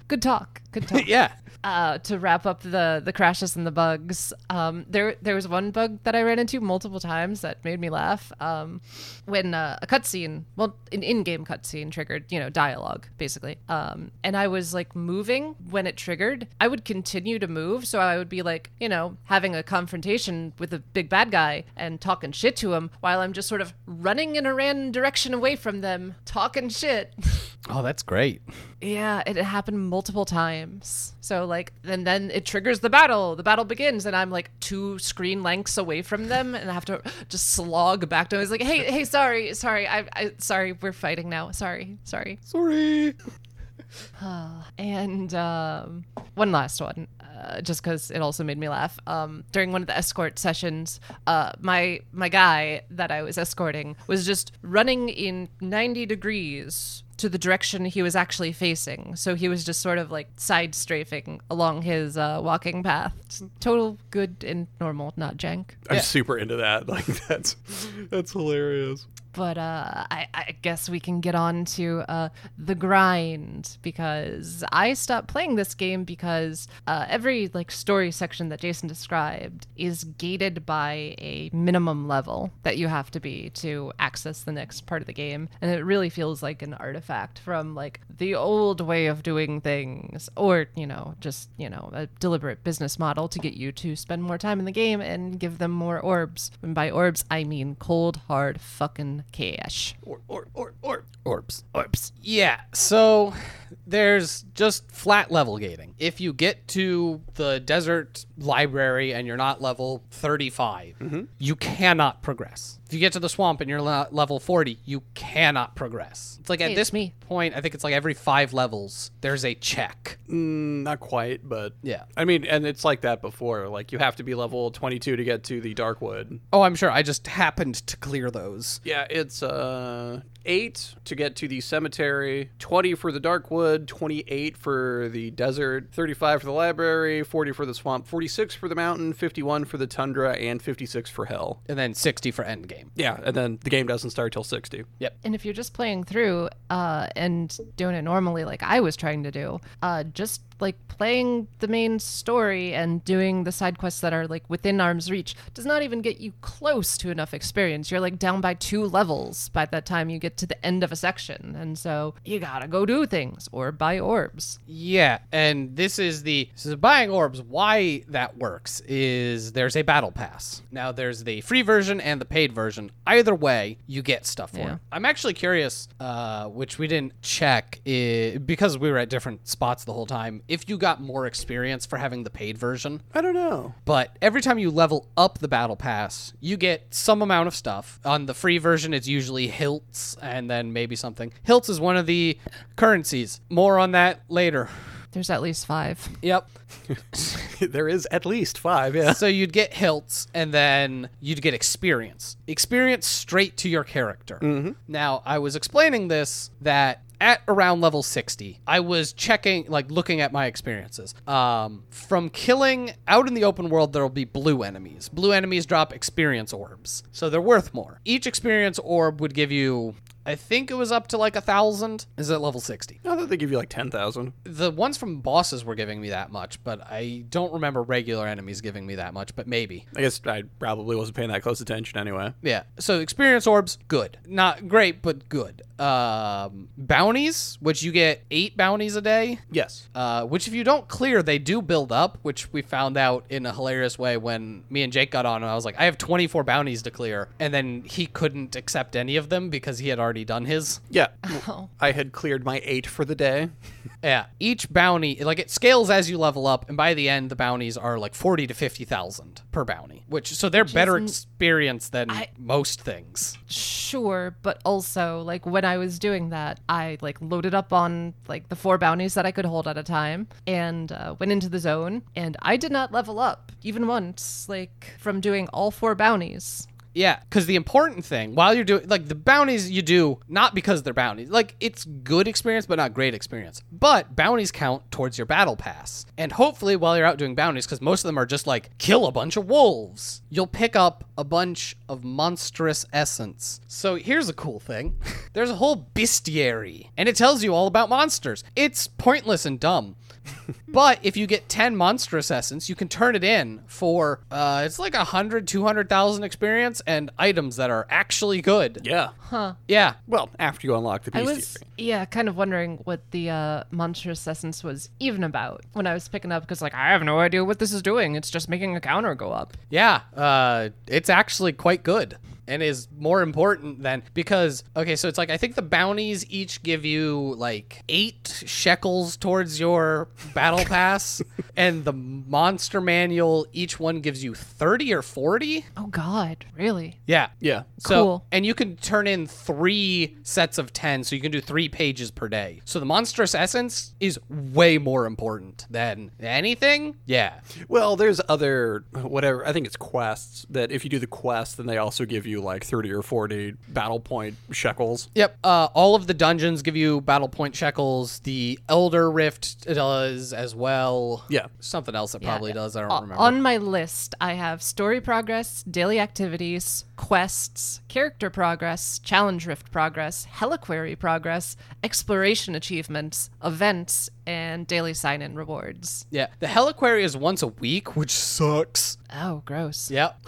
Good talk. Good talk. yeah. uh, to wrap up the the crashes and the bugs, um, there there was one bug that I ran into multiple times that made me laugh. Um, when uh, a cutscene, well, an in-game cutscene triggered, you know, dialogue basically, um, and I was like moving when it triggered. I would continue to move, so I would be like, you know, having a confrontation with a big bad guy and talking shit to him while I'm just sort of running in a random direction away from them, talking shit. Oh, that's great. Yeah, it happened multiple times. So like, and then it triggers the battle. The battle begins, and I'm like two screen lengths away from them, and I have to just slog back to. Them. It's like, hey, hey, sorry, sorry, I, I, sorry, we're fighting now. Sorry, sorry. Sorry. And um, one last one, uh, just because it also made me laugh. Um, during one of the escort sessions, uh, my my guy that I was escorting was just running in ninety degrees to the direction he was actually facing. So he was just sort of like side strafing along his uh, walking path. Just total good and normal, not jank. I'm super into that. Like that's that's hilarious. But uh, I, I guess we can get on to uh, the grind because I stopped playing this game because uh, every like story section that Jason described is gated by a minimum level that you have to be to access the next part of the game, and it really feels like an artifact from like the old way of doing things, or you know, just you know, a deliberate business model to get you to spend more time in the game and give them more orbs. And by orbs, I mean cold, hard fucking cash. Or or or or Orbs. Orbs. Yeah, so there's just flat level gating. If you get to the desert library and you're not level 35, you cannot progress. If you get to the swamp and you're not level 40, you cannot progress. It's like at Hey, this it's me. point, I think it's like every five levels, there's a check. Mm, not quite, but Yeah. I mean, and it's like that before. Like you have to be level 22 to get to the Darkwood. Oh, I'm sure. I just happened to clear those. Yeah, it's uh eight to get to the cemetery, 20 for the Darkwood, 28 for the desert, 35 for the library, 40 for the swamp, 46 for the mountain, 51 for the tundra, and 56 for hell. And then 60 for endgame. Yeah, and then the game doesn't start till 60. And if you're just playing through uh, and doing it normally, like I was trying to do, uh, just like playing the main story and doing the side quests that are like within arm's reach does not even get you close to enough experience. You're like down by two levels by the time you get to the end of a section. And so you gotta go do things or buy orbs. Yeah, and this is the this is buying orbs. Why that works is there's a battle pass. Now there's the free version and the paid version. Either way, you get stuff for it. I'm actually curious, uh, which we didn't check i because we were at different spots the whole time. If you got more experience for having the paid version, I don't know. but every time you level up the battle pass, you get some amount of stuff. On the free version, it's usually hilts and then maybe something. Hilts is one of the currencies. More on that later. There's at least five. Yep. there is at least five, yeah. So you'd get hilts and then you'd get experience. Experience straight to your character. Now, I was explaining this that at around level 60, I was checking, like looking at my experiences. Um, from killing out in the open world, there'll be blue enemies. Blue enemies drop experience orbs, so they're worth more. Each experience orb would give you. I think it was up to like a thousand. Is at level sixty? I thought they give you like 10,000. the ones from bosses were giving me that much, but I don't remember regular enemies giving me that much, but maybe. I guess I probably wasn't paying that close attention anyway. Yeah. So experience orbs, good. Not great, but good. Um, bounties, which you get eight bounties a day. Yes. Uh, which if you don't clear, they do build up, which we found out in a hilarious way when me and Jake got on and I was like, I have 24 bounties to clear. And then he couldn't accept any of them because he had already done his. Yeah. Oh. I had cleared my eight for the day. Yeah. Each bounty, like it scales as you level up, and by the end, the bounties are like forty to fifty thousand per bounty, which so they're better experience than most things. sure but also like when i was doing that i like loaded up on like the four bounties that i could hold at a time and uh, went into the zone and i did not level up even once like from doing all four bounties Yeah, because the important thing while you're doing like the bounties you do not because they're bounties. Like it's good experience, but not great experience. But bounties count towards your battle pass, and hopefully while you're out doing bounties, because most of them are just like kill a bunch of wolves, you'll pick up a bunch of monstrous essence. So here's a cool thing: there's a whole bestiary, and it tells you all about monsters. It's pointless and dumb. But if you get 10 monstrous essence, you can turn it in for uh, it's like 100, 200,000 experience and items that are actually good. Yeah. Yeah. Well, after you unlock the I beast was, theory. yeah, kind of wondering what the uh, monstrous essence was even about when I was picking up because, like, I have no idea what this is doing. It's just making a counter go up. Yeah. Uh, it's actually quite good and is more important than because, okay, so it's like I think the bounties each give you like eight shekels towards your battle pass, and the monster manual, each one gives you 30 or 40. Oh God, really? Yeah. Yeah. So, Cool. and you can turn in three sets of 10, so you can do three pages per day. So the monstrous essence is way more important than anything. Yeah. Well, there's other whatever. I think it's quests that if you do the quest, then they also give you like 30 or 40 battle point shekels. Yep. Uh, all of the dungeons give you battle point shekels. The Elder Rift does as well. Yeah. Something else that probably does. I don't O- remember. Uh, On my list, I have story progress, daily activities, quests, character progress, challenge rift progress, heliquary progress, exploration achievements, events, and daily sign in rewards. yeah. The Heliquary is once a week, which sucks. Oh, gross. Yep.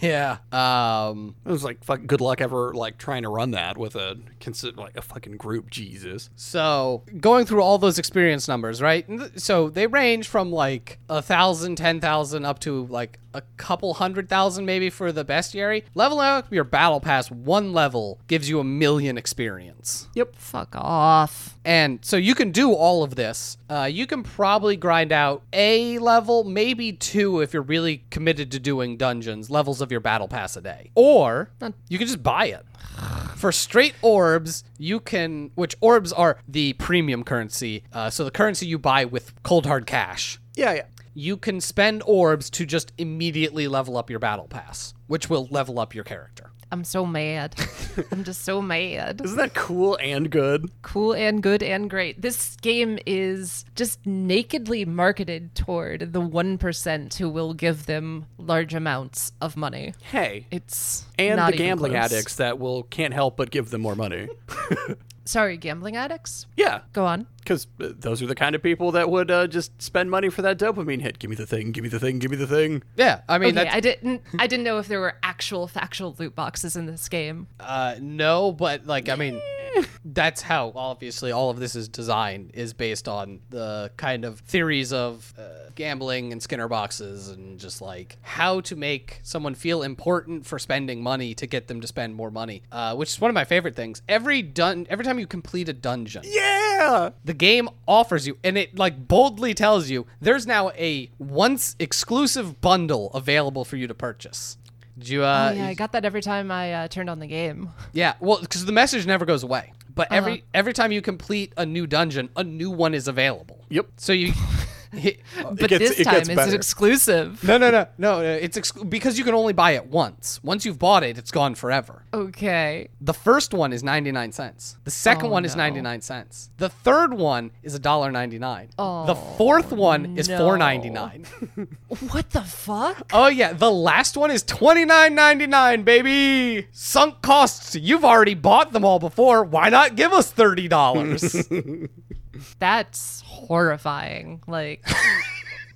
Yeah. Um, It was like fuck, good luck ever like trying to run that with a consi- like a fucking group. Jesus. So going through all those experience numbers, right? And th- So they range from like a thousand, ten thousand, up to like a couple hundred thousand, maybe for the bestiary. Leveling up your battle pass one level gives you a million experience, Fuck off. and so you can do all of this. Uh, you can probably grind out a level, maybe two, if you're really committed to doing dungeons levels of your battle pass a day, or you can just buy it. For straight orbs, you can, which orbs are the premium currency, uh, so the currency you buy with cold hard cash. Yeah, yeah. You can spend orbs to just immediately level up your battle pass, which will level up your character. I'm so mad. I'm just so mad. Isn't that cool and good? Cool and good and great. This game is just nakedly marketed toward the 1% who will give them large amounts of money. Hey. It's and not the even gambling close. addicts that will can't help but give them more money. Sorry, gambling addicts. yeah. Go on. Because those are the kind of people that would uh, just spend money for that dopamine hit. Give me the thing, give me the thing, give me the thing. Yeah, I mean, Okay, that's, I didn't. I didn't know if there were actual factual loot boxes in this game. Uh, no, but like I mean, that's how obviously all of this is designed is based on the kind of theories of uh, gambling and Skinner boxes and just like how to make someone feel important for spending money to get them to spend more money, uh, which is one of my favorite things. Every dun every time you complete a dungeon, Yeah. the game offers you and it like boldly tells you there's now a once exclusive bundle available for you to purchase. Did you uh Oh, yeah, I got that every time I uh, turned on the game. yeah, well, because the message never goes away. But Uh-huh. every every time you complete a new dungeon, a new one is available. Yep. So you. But gets- this it time gets it's better. exclusive. no, no, no, no. no, It's exc- because you can only buy it once. Once you've bought it, it's gone forever. Okay. The first one is ninety nine cents. The second Oh, one is no. ninety nine cents. The third one is a dollar ninety nine. the Oh, fourth one is four ninety nine. What the fuck? Oh yeah, the last one is twenty nine ninety nine, baby. Sunk costs. You've already bought them all before. Why not give us thirty dollars? That's horrifying. Like,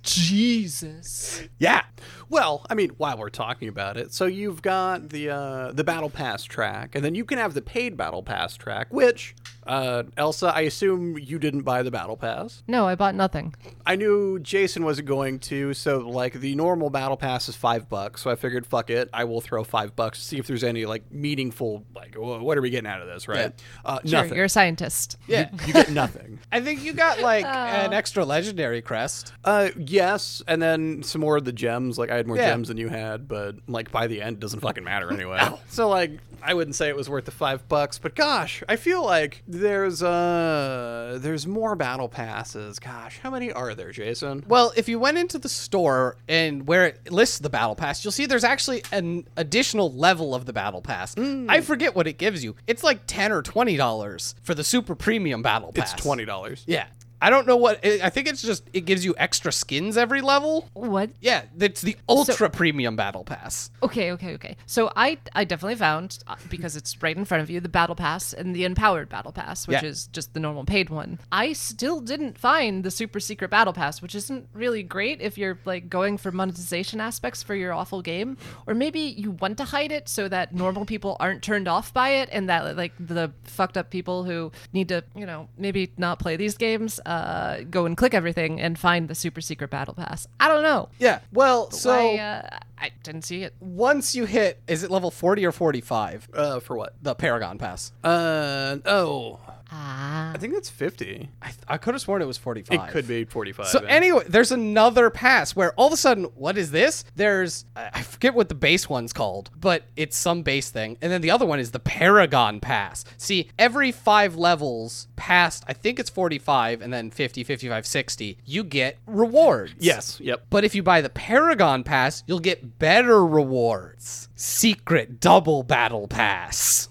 Jesus. yeah. Well, I mean, while we're talking about it, so you've got the uh, the battle pass track, and then you can have the paid battle pass track. Which, uh, Elsa, I assume you didn't buy the battle pass. No, I bought nothing. I knew Jason wasn't going to, so like the normal battle pass is five bucks. So I figured, fuck it, I will throw five bucks to see if there's any like meaningful like wh- what are we getting out of this, right? Uh, Sure, nothing. you're a scientist. Yeah. you get nothing. I think you got like an extra legendary crest. Uh, yes, and then some more of the gems. Like I had more Yeah. gems than you had, but like by the end, it doesn't fucking matter anyway. So like, I wouldn't say it was worth the five bucks, but gosh, I feel like there's uh there's more battle passes. Gosh, how many are there, Jason? Well, if you went into the store and where it lists the battle pass, you'll see there's actually an additional level of the battle pass. I forget what it gives you. It's like ten or twenty dollars for the super premium battle pass. It's twenty dollars. Yeah, I don't know what. I I think it's just it gives you extra skins every level. What? Yeah, that's the ultra premium battle pass. Okay, okay, okay. So I I definitely found uh, because it's right in front of you the battle pass and the empowered battle pass, which Yeah. is just the normal paid one. I still didn't find the super secret battle pass, which isn't really great if you're like going for monetization aspects for your awful game, or maybe you want to hide it so that normal people aren't turned off by it and that like the fucked up people who need to, you know, maybe not play these games, uh go and click everything and find the super secret battle pass. I don't know. Yeah. Well, so I, uh, I didn't see it. once you hit, is it level forty or forty-five? Uh, for what? The Paragon Pass. Uh, oh, Ah. I think that's fifty. I, th- I could have sworn it was It forty-five. could be forty-five. eh? So anyway, there's another pass where all of a sudden, what is this? There's I I forget what the base one's called, but it's some base thing. And then the other one is the Paragon Pass. See, every 5 levels past, I think it's 45 and then 50, 55, 60, you get rewards. yes, yep. But if you buy the Paragon Pass, you'll get better rewards. Secret double battle pass.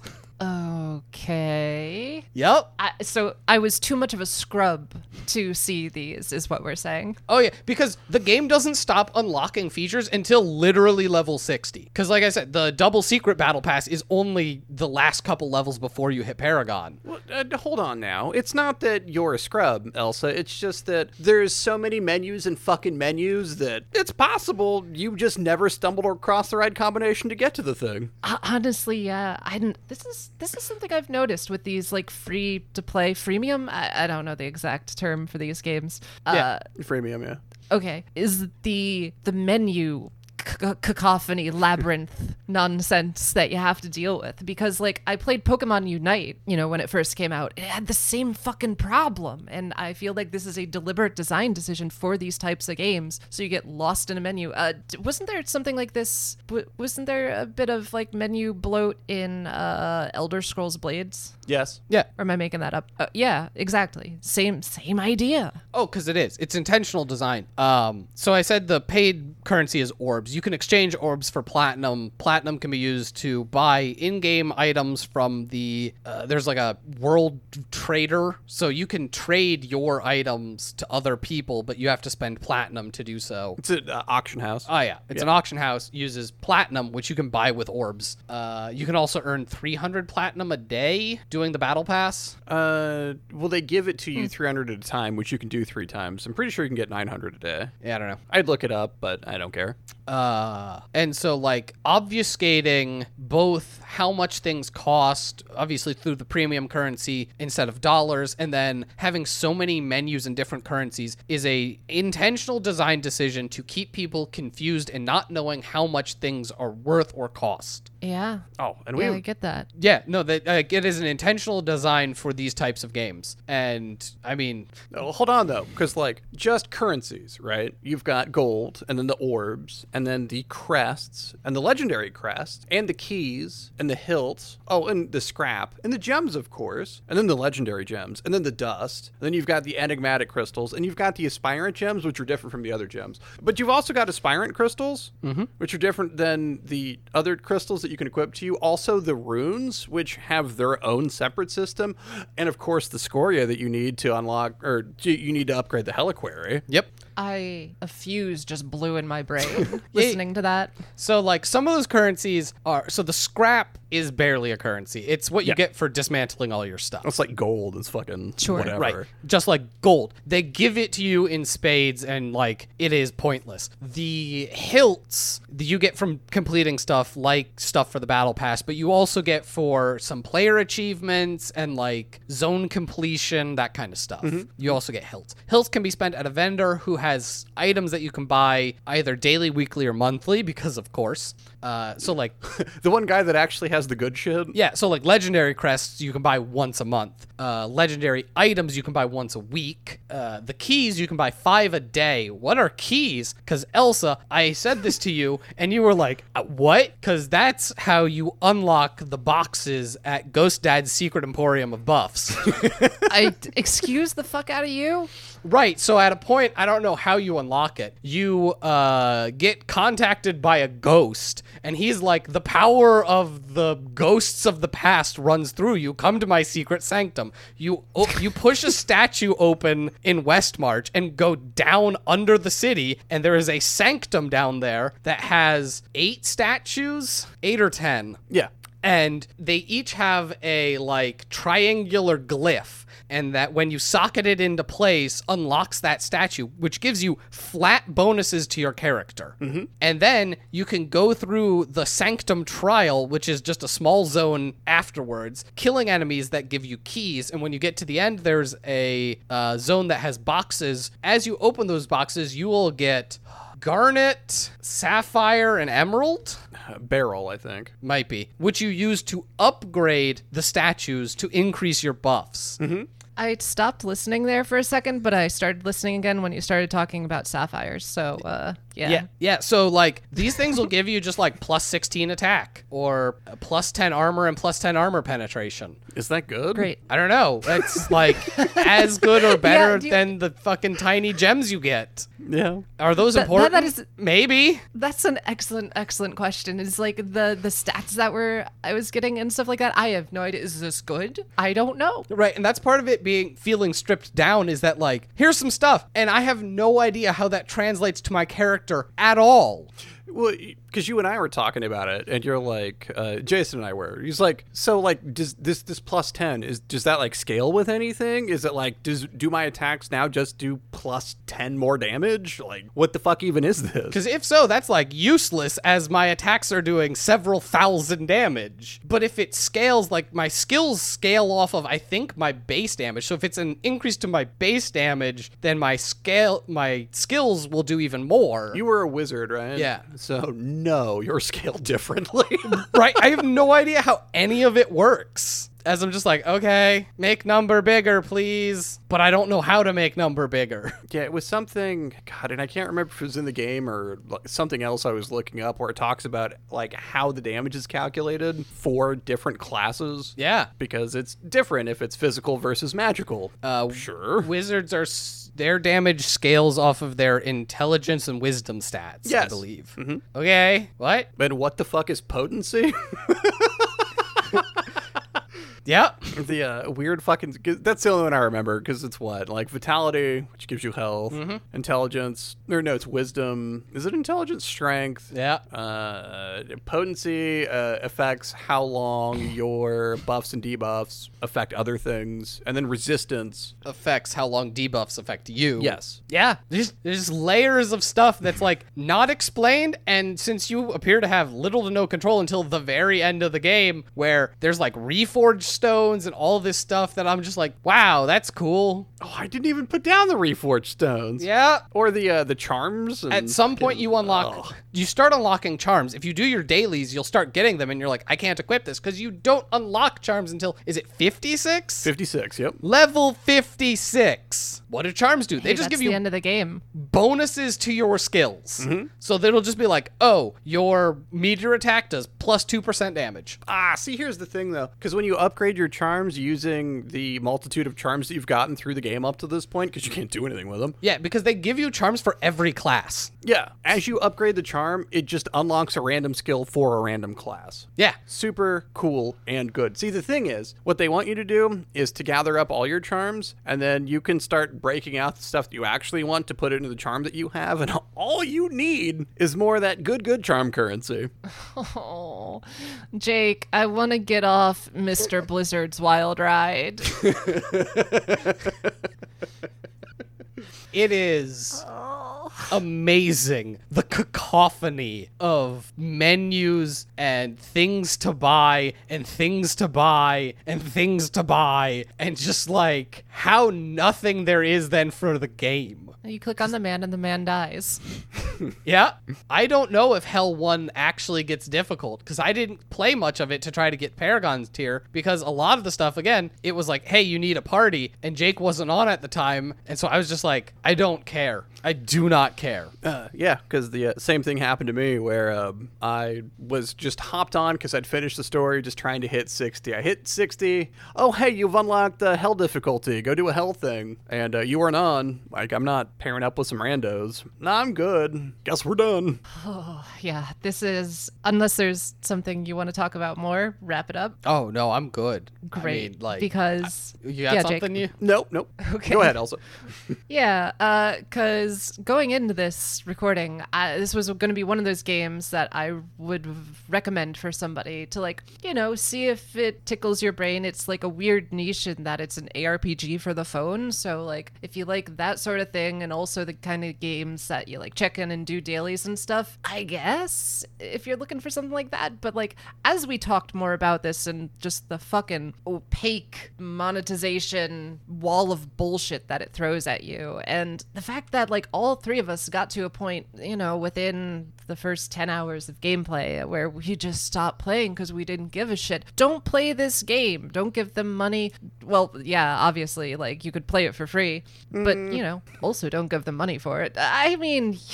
Okay. Yep. I, so I was too much of a scrub to see these, is what we're saying. Oh yeah, because the game doesn't stop unlocking features until literally level 60. Because like I said, the double secret battle pass is only the last couple levels before you hit Paragon. Well, uh, hold on now. It's not that you're a scrub, Elsa. It's just that there's so many menus and fucking menus that it's possible you just never stumbled across the right combination to get to the thing. Ho- honestly, yeah, I didn't. This is this is something I've noticed with these like free to play freemium. I, I don't know the exact term for these games. Yeah. Freemium, yeah. Uh, okay, is the the menu c- cacophony labyrinth nonsense that you have to deal with because like I played Pokemon Unite, you know, when it first came out. It had the same fucking problem and I feel like this is a deliberate design decision for these types of games so you get lost in a menu. Uh d- wasn't there something like this w- wasn't there a bit of like menu bloat in uh Elder Scrolls Blades? Yes. Yeah. Or am I making that up? Uh, yeah, exactly. Same same idea. Oh, because it is. It's intentional design. Um, so I said the paid currency is orbs. You can exchange orbs for platinum. Platinum can be used to buy in-game items from the. Uh, there's like a world trader, so you can trade your items to other people, but you have to spend platinum to do so. It's an uh, auction house. Oh yeah, it's an auction house. Uses platinum, which you can buy with orbs. Uh, you can also earn 300 platinum a day doing the battle pass. Uh, well, they give it to you 300 at a time, which you can do three times. I'm pretty sure you can get 900 a day. Yeah, I don't know. I'd look it up, but I don't care. Uh, and so like obfuscating both how much things cost, obviously through the premium currency instead of dollars, and then having so many menus and different currencies is a intentional design decision to keep people confused and not knowing how much things are worth or cost. Yeah. Oh, and we Yeah, I get that. Yeah, no, that like, it is an intentional design for these types of games, and I mean, No, hold on though, because like just currencies, right? You've got gold, and then the orbs, and then the crests, and the legendary crests, and the keys, and the hilts. Oh, and the scrap, and the gems, of course, and then the legendary gems, and then the dust. And then you've got the enigmatic crystals, and you've got the aspirant gems, which are different from the other gems. But you've also got aspirant crystals, Mm-hmm. which are different than the other crystals that you can equip to you. Also, the runes, which have their own separate system, and of course, the scoria that you need to unlock or to- you need to upgrade the heliquary. yep. I a fuse just blew in my brain listening to that. So like some of those currencies are so the scrap is barely a currency. It's what you Yeah. get for dismantling all your stuff. It's like gold. It's fucking Sure. whatever. Right. Just like gold. They give it to you in spades and like it is pointless. The hilts that you get from completing stuff like stuff for the battle pass, but you also get for some player achievements and like zone completion, that kind of stuff. You also get hilts. Hilts can be spent at a vendor who has items that you can buy either daily, weekly, or monthly because of course. Uh, so like The one guy that actually has has the good shit? Yeah, so like legendary crests you can buy once a month. Uh, legendary items you can buy once a week. Uh, the keys you can buy five a day. What are keys? Because Elsa, I said this to you and you were like, "Uh, what? Because that's how you unlock the boxes at Ghost Dad's Secret Emporium of Buffs. I excuse the fuck out of you. Right. So at a point, I don't know how you unlock it. You uh, get contacted by a ghost, and he's like, "The power of the ghosts of the past runs through you. Come to my secret sanctum." You o- you push a statue open in Westmarch and go down under the city, and there is a sanctum down there that has eight statues, eight or ten Yeah. and they each have a like triangular glyph and that when you socket it into place unlocks that statue which gives you flat bonuses to your character and then you can go through the sanctum trial which is just a small zone afterwards killing enemies that give you keys and when you get to the end there's a uh, zone that has boxes as you open those boxes you will get garnet sapphire and emerald Uh, barrel, I think. might be, which you use to upgrade the statues to increase your buffs. Mm-hmm. I stopped listening there for a second, but I started listening again when you started talking about sapphires. So, uh, yeah. Yeah. Yeah. So, like, these things will give you just like plus 16 attack or uh, plus 10 armor and plus 10 armor penetration. Is that good? Great. I don't know. It's like as good or better do you- than the fucking tiny gems you get. Yeah. Are those That- that- important? that is- Maybe. That's an excellent, excellent question. It's like the the stats that were I was getting and stuff like that. I have no idea. Is this good? I don't know. Right, and that's part of it being feeling stripped down is that like here's some stuff and I have no idea how that translates to my character at all. Well, because you and I were talking about it, and you're like, uh, Jason and I were. He's like, so like, does this this plus ten is does that like scale with anything? Is it like does do my attacks now just do plus ten more damage? Like, what the fuck even is this? Because if so, that's like useless as my attacks are doing several thousand damage. But if it scales, like my skills scale off of, I think, my base damage. So if it's an increase to my base damage, then my scale, my skills will do even more. You were a wizard, right? Yeah. So no, you're scaled differently. right? I have no idea how any of it works. As I'm just like, okay, make number bigger, please. But I don't know how to make number bigger. Yeah, it was something. God, and I can't remember if it was in the game or like, something else I was looking up where it talks about like how the damage is calculated for different classes. Yeah. because it's different if it's physical versus magical. Uh, sure. Wizards are s- their damage scales off of their intelligence and wisdom stats. I Yes. Mm-hmm. believe. Okay, what? and what the fuck is potency? Yep. the uh, weird fucking. 'cause That's the only one I remember because it's what like vitality, which gives you health, Mm-hmm. intelligence. Or no, it's wisdom. Is it intelligence, strength? Yeah. Uh, potency uh, affects how long your buffs and debuffs affect other things, and then resistance. Affects how long debuffs affect you. Yes. Yeah. There's there's layers of stuff that's like not explained, and since you appear to have little to no control until the very end of the game, where there's like reforged stones and all this stuff that I'm just like, wow, that's cool. Oh, I didn't even put down the reforged stones. Yeah. Or the uh, the charms. And At some point, you unlock, you start unlocking charms. If you do your dailies, you'll start getting them, and you're like, I can't equip this because you don't unlock charms until is it 56? fifty six. Yep. Level 56. What do charms do? they Hey, just that's give the you end of the game. bonuses to your skills. So that'll just be like, oh, your meteor attack does plus 2% damage. Ah, see, here's the thing though, because when you upgrade your charms using the multitude of charms that you've gotten through the game up to this point, because you can't do anything with them. Yeah, because they give you charms for every class. Yeah. As you upgrade the charm, it just unlocks a random skill for a random class. Yeah. super cool and good. See, the thing is, what they want you to do is to gather up all your charms, and then you can start breaking out the stuff that you actually want to put into the charm that you have, and all you need is more of that good, good charm currency. Oh, Jake, I want to get off Mr. Blizzard's wild ride. It is amazing the cacophony of menus and things to buy and things to buy and things to buy and just like how nothing there is then for the game. You click on the man and the man dies. Yeah. I don't know if Hell 1 actually gets difficult because I didn't play much of it to try to get Paragon's tier because a lot of the stuff, again, it was like, hey, you need a party. And Jake wasn't on at the time. And so I was just like, I don't care. I do not care. Uh, yeah, because the uh, same thing happened to me where um, I was just hopped on because I'd finished the story just trying to hit 60. I hit 60. Oh, hey, you've unlocked the hell difficulty. Go do a hell thing. And uh, you weren't on. Like, I'm not pairing up with some randos. Nah, I'm good. Guess we're done. Yeah, this is unless there's something you want to talk about more, wrap it up. Oh, no, I'm good. I Great, mean, like, because you got yeah, Jake. something you. Nope, nope. Okay. Go ahead, Elsa. Yeah, because going into this recording, I, this was going to be one of those games that I would recommend for somebody to, like, you know, see if it tickles your brain. It's like a weird niche in that it's an ARPG for the phone. So, like, if you like that sort of thing and also the kind of games that you like check in and do dailies and stuff, I guess, if you're looking for something like that. But, like, as we talked more about this and just the fucking opaque monetization wall of bullshit that it throws at you. And the fact that, like, all three of us got to a point, you know, within the first 10 hours of gameplay where we just stopped playing because we didn't give a shit. Don't play this game. Don't give them money. Well, yeah, obviously, like, you could play it for free, but, you know, also don't give them money for it. I mean,.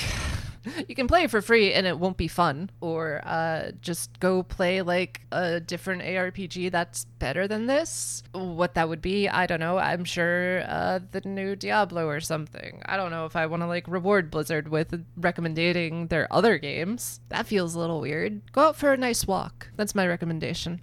you can play it for free and it won't be fun or uh, just go play like a different arpg that's better than this what that would be i don't know i'm sure uh, the new diablo or something i don't know if i want to like reward blizzard with recommending their other games that feels a little weird go out for a nice walk that's my recommendation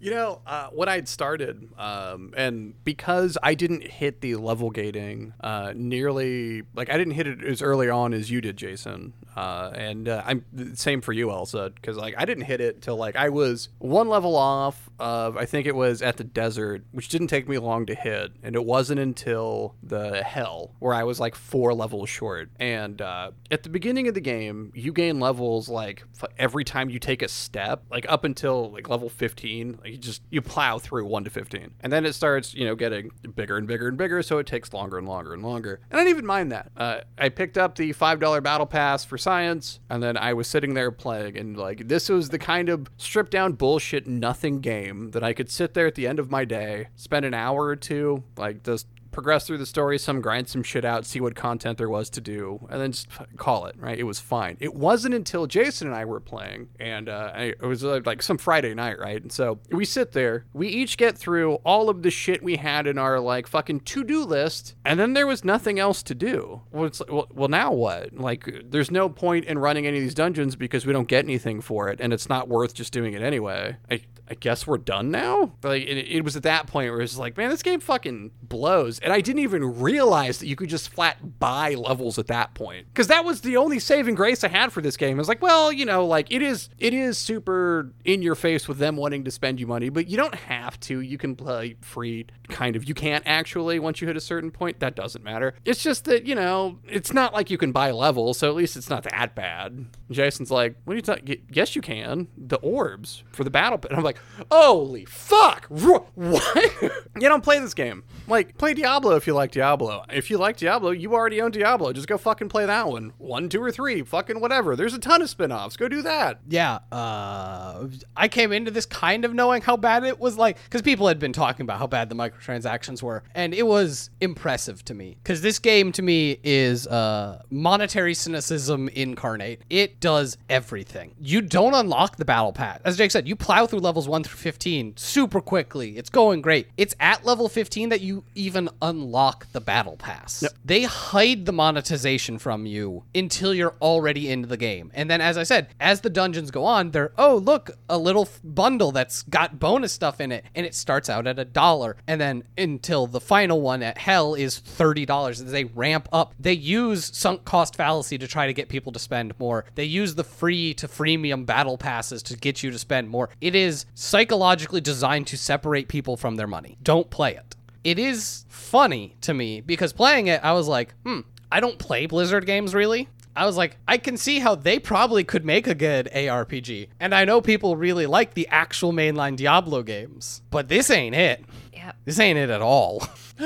You know, uh, when I'd started, um, and because I didn't hit the level gating uh, nearly, like I didn't hit it as early on as you did, Jason, uh, and uh, I'm th- same for you, Elsa, because like I didn't hit it till like I was one level off of I think it was at the desert, which didn't take me long to hit, and it wasn't until the hell where I was like four levels short. And uh, at the beginning of the game, you gain levels like f- every time you take a step, like up until like level 15, like you just you plow through 1 to 15. And then it starts, you know, getting bigger and bigger and bigger, so it takes longer and longer and longer. And I didn't even mind that. Uh, I picked up the $5 battle pass for science, and then I was sitting there playing and like this was the kind of stripped down bullshit nothing game that I could sit there at the end of my day, spend an hour or two, like just progress through the story, some grind some shit out, see what content there was to do, and then just f- call it. Right? It was fine. It wasn't until Jason and I were playing, and uh, I, it was uh, like some Friday night, right? And so we sit there, we each get through all of the shit we had in our like fucking to do list, and then there was nothing else to do. Well, it's like, well, well, now what? Like, there's no point in running any of these dungeons because we don't get anything for it, and it's not worth just doing it anyway. I, I guess we're done now. Like it, it was at that point where it was like, man, this game fucking blows, and I didn't even realize that you could just flat buy levels at that point because that was the only saving grace I had for this game. I was like, well, you know, like it is, it is super in your face with them wanting to spend you money, but you don't have to. You can play free, kind of. You can't actually once you hit a certain point. That doesn't matter. It's just that you know, it's not like you can buy levels, so at least it's not that bad. Jason's like, what are you talking? Yes, you can. The orbs for the battle pit. And I'm like, holy fuck! Ru- What? you don't play this game. Like, play Diablo if you like Diablo. If you like Diablo, you already own Diablo. Just go fucking play that one. One, two, or three. Fucking whatever. There's a ton of spin offs. Go do that. yeah, uh, I came into this kind of knowing how bad it was like because people had been talking about how bad the microtransactions were, and it was impressive to me because this game to me is uh, monetary cynicism incarnate. It does everything. You don't unlock the battle pass, as Jake said. You plow through levels one through fifteen super quickly. It's going great. It's at level fifteen that you even unlock the battle pass. They hide the monetization from you until you're already into the game. And then, as I said, as the dungeons go on, they're, oh, look, a little f- bundle that's got bonus stuff in it. And it starts out at a dollar. And then until the final one at hell is $30. They ramp up. They use sunk cost fallacy to try to get people to spend more. They use the free to freemium battle passes to get you to spend more. It is psychologically designed to separate people from their money. Don't play it it is funny to me because playing it, I was like, hmm, I don't play Blizzard games really. I was like, I can see how they probably could make a good ARPG. And I know people really like the actual mainline Diablo games, but this ain't it. Yeah. This ain't it at all.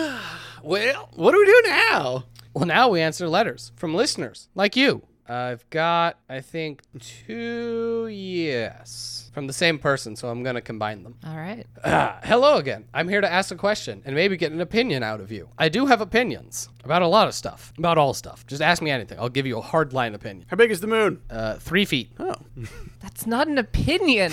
Well, what do we do now? Well, now we answer letters from listeners like you. I've got, I think, two yes from the same person, so I'm going to combine them. All right. Ah, hello again. I'm here to ask a question and maybe get an opinion out of you. I do have opinions about a lot of stuff, about all stuff. Just ask me anything. I'll give you a hard line opinion. How big is the moon? Uh, three feet. Oh, That's not an opinion.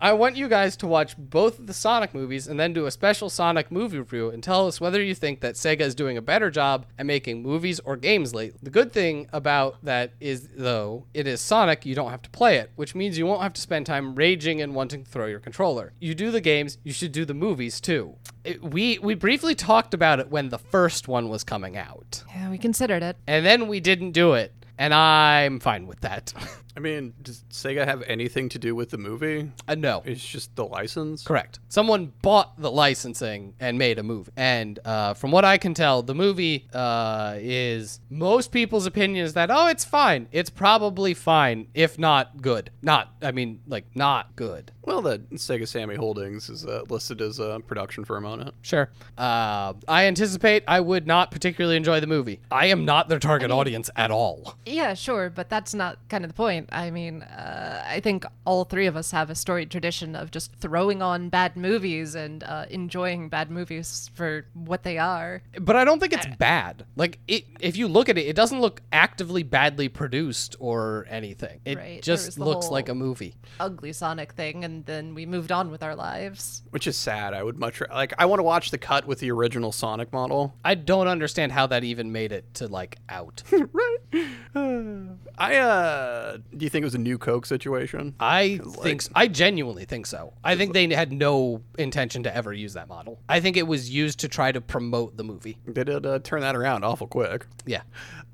I want you guys to watch both of the Sonic movies and then do a special Sonic movie review and tell us whether you think that Sega is doing a better job at making movies or games lately. The good thing about that is, though, it is Sonic, you don't have to play it, which means you won't have to spend time raging and wanting to throw your controller. You do the games, you should do the movies too. It- we, we briefly talked about it when the first one was coming out, yeah, we considered it. and then we didn't do it, and I'm fine with that. I mean, does Sega have anything to do with the movie? Uh, no. It's just the license. Correct. Someone bought the licensing and made a movie. And uh, from what I can tell, the movie uh, is most people's opinion is that oh, it's fine. It's probably fine, if not good. Not, I mean, like not good. Well, that Sega Sammy Holdings is uh, listed as a production firm on it. Sure. Uh, I anticipate I would not particularly enjoy the movie. I am not their target audience at all. Yeah, sure, but that's not kind of the point. I mean, uh, I think all three of us have a storied tradition of just throwing on bad movies and uh, enjoying bad movies for what they are. But I don't think it's bad. Like it, if you look at it, it doesn't look actively badly produced or anything. It Right, there was just the looks like a whole- movie. Ugly Sonic thing, and then we moved on with our lives. Which is sad. I would much ra- like. I want to watch the cut with the original Sonic model. I don't understand how that even made it to like out. right. Uh, I uh, do you think it was a new Coke situation? I think s I I genuinely think so. I think they had no intention to ever use that model. I think it was used to try to promote the movie. They did uh, turn that around awful quick. Yeah.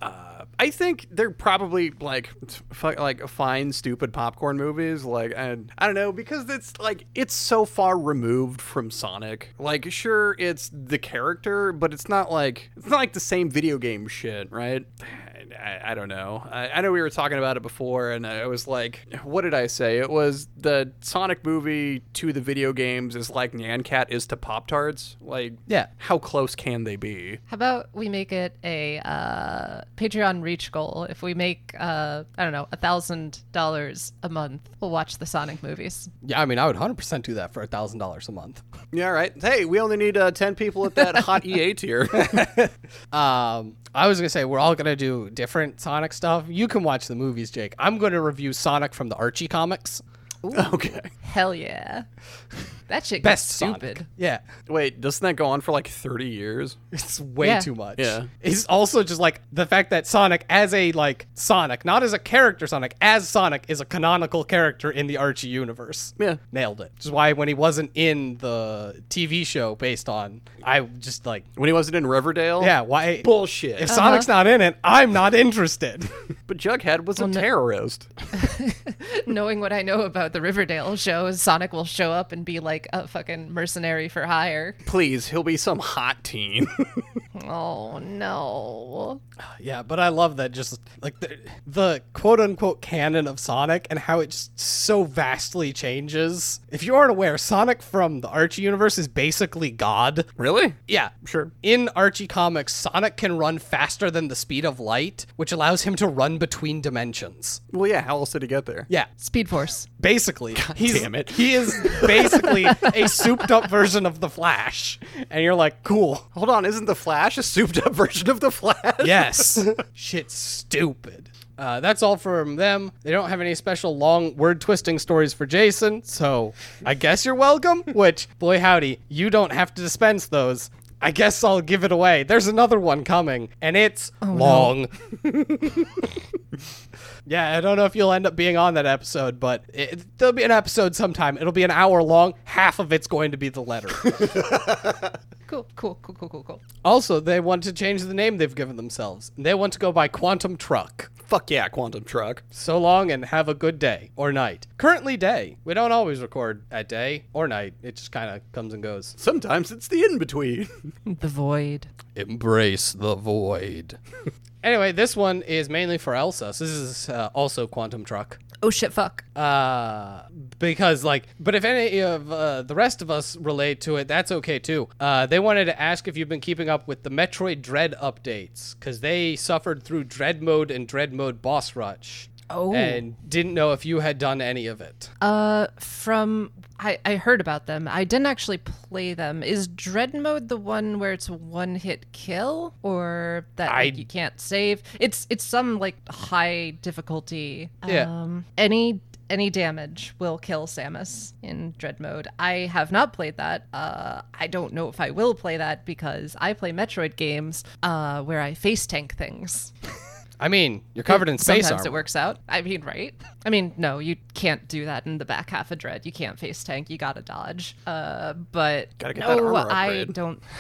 Uh, I think they're probably like f- like fine, stupid popcorn movies. Like, and I don't know because it's like it's so far removed from Sonic. Like, sure, it's the character, but it's not like it's not like the same video game shit, right? I, I don't know. I, I know we were talking about it before, and I was like, what did I say? It was the Sonic movie to the video games is like Nyan Cat is to Pop Tarts. Like, Yeah. how close can they be? How about we make it a uh, Patreon reach goal? If we make, uh, I don't know, a thousand dollars a month, we'll watch the Sonic movies. Yeah, I mean, I would 100% do that for a $1,000 a month. Yeah, all right. Hey, we only need uh, 10 people at that hot EA tier. Um, I was going to say, we're all going to do different Sonic stuff. You can watch the movies, Jake. I'm going to review Sonic from the Archie comics. okay. Hell yeah, that shit Best gets Sonic. stupid. Yeah. Wait, doesn't that go on for like 30 years? It's way Yeah. too much. Yeah. It's also just like the fact that Sonic, as a like Sonic, not as a character Sonic, as Sonic is a canonical character in the Archie universe. Yeah. Nailed it. Which is why when he wasn't in the TV show based on, I just like, When he wasn't in Riverdale? yeah, why? Bullshit. If Sonic's not in it, I'm not interested. but Jughead was a terrorist. Knowing what I know about the Riverdale show, is Sonic will show up and be like a fucking mercenary for hire. Please, he'll be some hot teen. Oh no. yeah, but I love that just like the, the quote unquote canon of Sonic and how it just so vastly changes. If you aren't aware, Sonic from the Archie universe is basically God. really? Yeah. Sure. In Archie comics, Sonic can run faster than the speed of light, which allows him to run between dimensions. Well, yeah, how else did he get there? Yeah, Speed Force. basically. he's, damn it. He is basically a souped up version of the Flash. And you're like, cool. Hold on, isn't The Flash a souped up version of The Flash? Yes. Shit's stupid. Uh, that's all from them. They don't have any special long word twisting stories for Jason, so I guess you're welcome. Which, boy howdy, you don't have to dispense those. I guess I'll give it away. There's another one coming, and it's long. yeah, I don't know if you'll end up being on that episode, but it, there'll be an episode sometime. It'll be an hour long. Half of it's going to be the letter. Cool, cool, cool, cool, cool, cool. Also, they want to change the name they've given themselves. They want to go by Quantum Truck. Fuck yeah, quantum truck. So long and have a good day or night. Currently, day. We don't always record at day or night. It just kind of comes and goes. Sometimes it's the in between. The void. Embrace the void. anyway, this one is mainly for Elsa. So this is uh, also Quantum Truck. Oh shit, fuck. Uh, because like, but if any of uh, the rest of us relate to it, that's okay too. Uh, they wanted to ask if you've been keeping up with the Metroid Dread updates because they suffered through Dread Mode and Dread Mode Boss Rush. Oh. and didn't know if you had done any of it. Uh, from I I heard about them. I didn't actually play them. Is dread mode the one where it's one hit kill or that like, I- you can't save? It's it's some like high difficulty. Yeah. Um, any any damage will kill Samus in dread mode. I have not played that. Uh, I don't know if I will play that because I play Metroid games uh, where I face tank things. I mean, you're covered in space Sometimes armor. it works out. I mean, right? I mean, no, you can't do that in the back half of Dread. You can't face tank. You gotta dodge. Uh, but Gotta get that no, armor I upgrade. don't.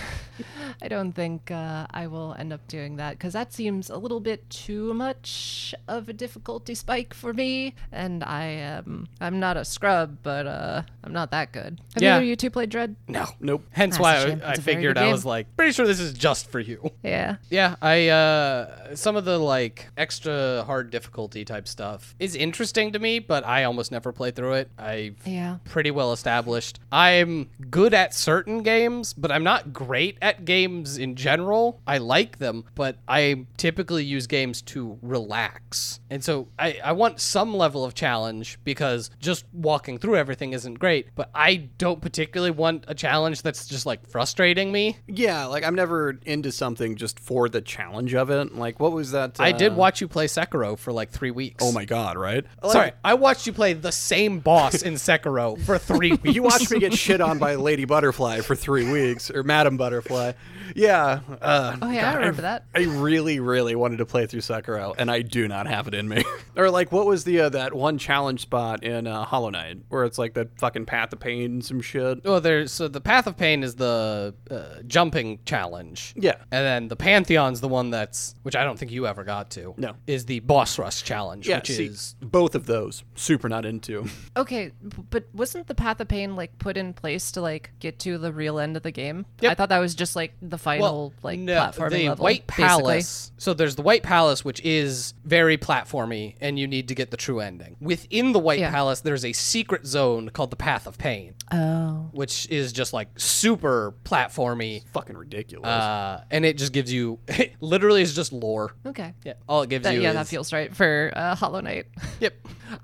I don't think uh, I will end up doing that because that seems a little bit too much of a difficulty spike for me. And I am. I'm not a scrub, but uh, I'm not that good. Have Yeah. either of you two played Dread? No. Nope. Hence That's why a I, shame. I It's a very figured good I game. was like, pretty sure this is just for you. Yeah. Yeah, I uh some of the like extra hard difficulty type stuff is interesting to me, but I almost never play through it. I Yeah. pretty well established. I'm good at certain games, but I'm not great at games in general. I like them, but I typically use games to relax. And so I, I want some level of challenge because just walking through everything isn't great, but I don't particularly want a challenge that's just like frustrating me. Yeah, like I'm never into something just for the challenge of it. Like, what was that? I did uh, watch you play Sekiro for like three weeks. Oh my god! Right? Like, Sorry, I watched you play the same boss in Sekiro for three weeks. You watched me get shit on by Lady Butterfly for three weeks, or Madam Butterfly. Yeah. Uh, Oh yeah, I remember that. I really, really wanted to play through Sekiro, and I do not have it in me. or like, what was the uh, that one challenge spot in uh, Hollow Knight where it's like that fucking Path of Pain and some shit? Well, there's so the Path of Pain is the uh, jumping challenge. Yeah. and then the Pantheon's the one that's which I don't think you ever got to. No. is the boss rush challenge, Yeah, which see, is both of those super not into. Okay, b- but wasn't the Path of Pain like put in place to like get to the real end of the game? Yep. I thought that was just like the final like platforming the level. White basically. Palace. So there's the White Palace, which is very platformy, and you need to get the true ending. Within the White Yeah. Palace, there's a secret zone called the Path of Pain, Oh. which is just like super platformy, fucking ridiculous. uh, and it just gives you literally is just lore. Okay. Yeah, all it gives That, you yeah, is that feels right for uh, Hollow Knight. yep.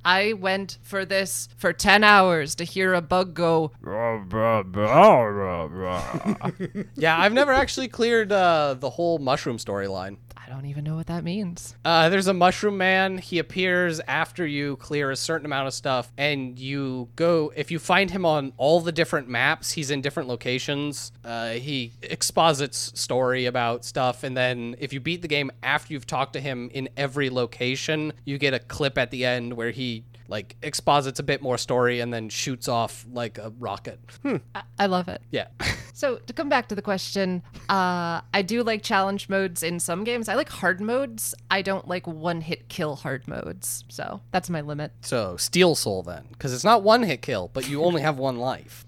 I went for this for 10 hours to hear a bug go, Yeah, I've never actually cleared uh, the whole mushroom storyline. I don't even know what that means. Uh, there's a mushroom man. He appears after you clear a certain amount of stuff, and you go. If you find him on all the different maps, he's in different locations. Uh, he exposits story about stuff, and then if you beat the game after you've talked to him in every location, you get a clip at the end where he like exposits a bit more story and then shoots off like a rocket. I, I love it. Yeah. So to come back to the question, uh, I do like challenge modes in some games. I like hard modes. I don't like one hit kill hard modes. So that's my limit. So Steel Soul then, because it's not one hit kill, but you only have one life.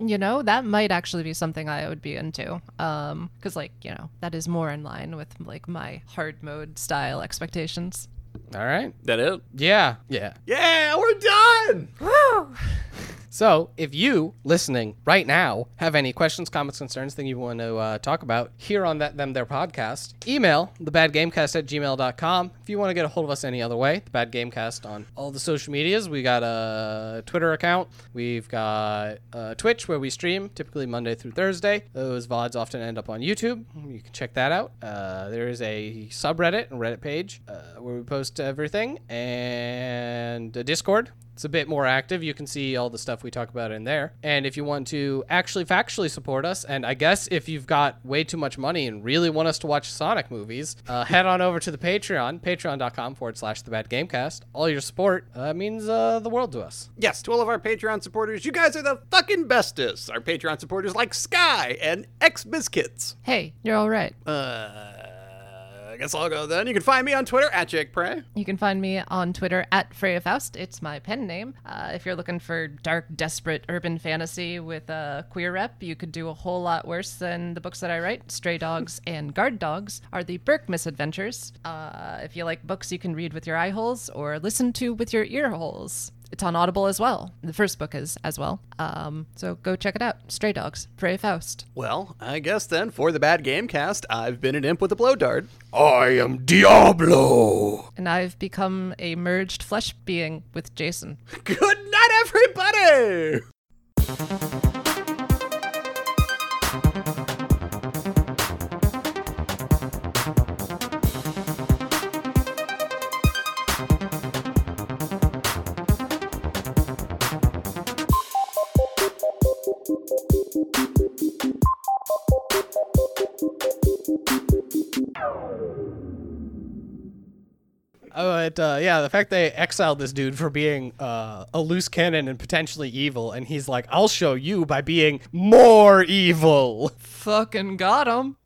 you know that might actually be something i would be into um because like you know that is more in line with like my hard mode style expectations All right. that it? Yeah. Yeah. Yeah, we're done. So, if you listening right now have any questions, comments, concerns, thing you want to uh, talk about here on that them their podcast, email thebadgamecast at gmail.com. If you want to get a hold of us any other way, the Bad Gamecast on all the social medias. We got a Twitter account. We've got uh, Twitch where we stream typically Monday through Thursday. Those vods often end up on YouTube. You can check that out. Uh, there is a subreddit and Reddit page uh, where we post everything and a Discord It's a bit more active. You can see all the stuff we talk about in there. And if you want to actually factually support us, and I guess if you've got way too much money and really want us to watch Sonic movies, uh, head on over to the Patreon, patreon.com forward slash the bad gamecast. All your support uh, means uh, the world to us. Yes, to all of our Patreon supporters, you guys are the fucking bestest. Our Patreon supporters like Sky and X Biscuits. Hey, you're all right. Uh, I guess I'll go then. You can find me on Twitter at Jake Prey. You can find me on Twitter at Freya Faust. It's my pen name. Uh, if you're looking for dark, desperate urban fantasy with a queer rep, you could do a whole lot worse than the books that I write. Stray Dogs and Guard Dogs are the Burke misadventures. Uh, if you like books you can read with your eye holes or listen to with your ear holes. It's on Audible as well. The first book is as well. Um, so go check it out. Stray Dogs, Freya Faust. Well, I guess then for the bad game cast, I've been an imp with a blow dart. I am Diablo. And I've become a merged flesh being with Jason. Good night, everybody. Oh, it, uh, yeah, the fact they exiled this dude for being uh, a loose cannon and potentially evil, and he's like, I'll show you by being more evil. Fucking got him.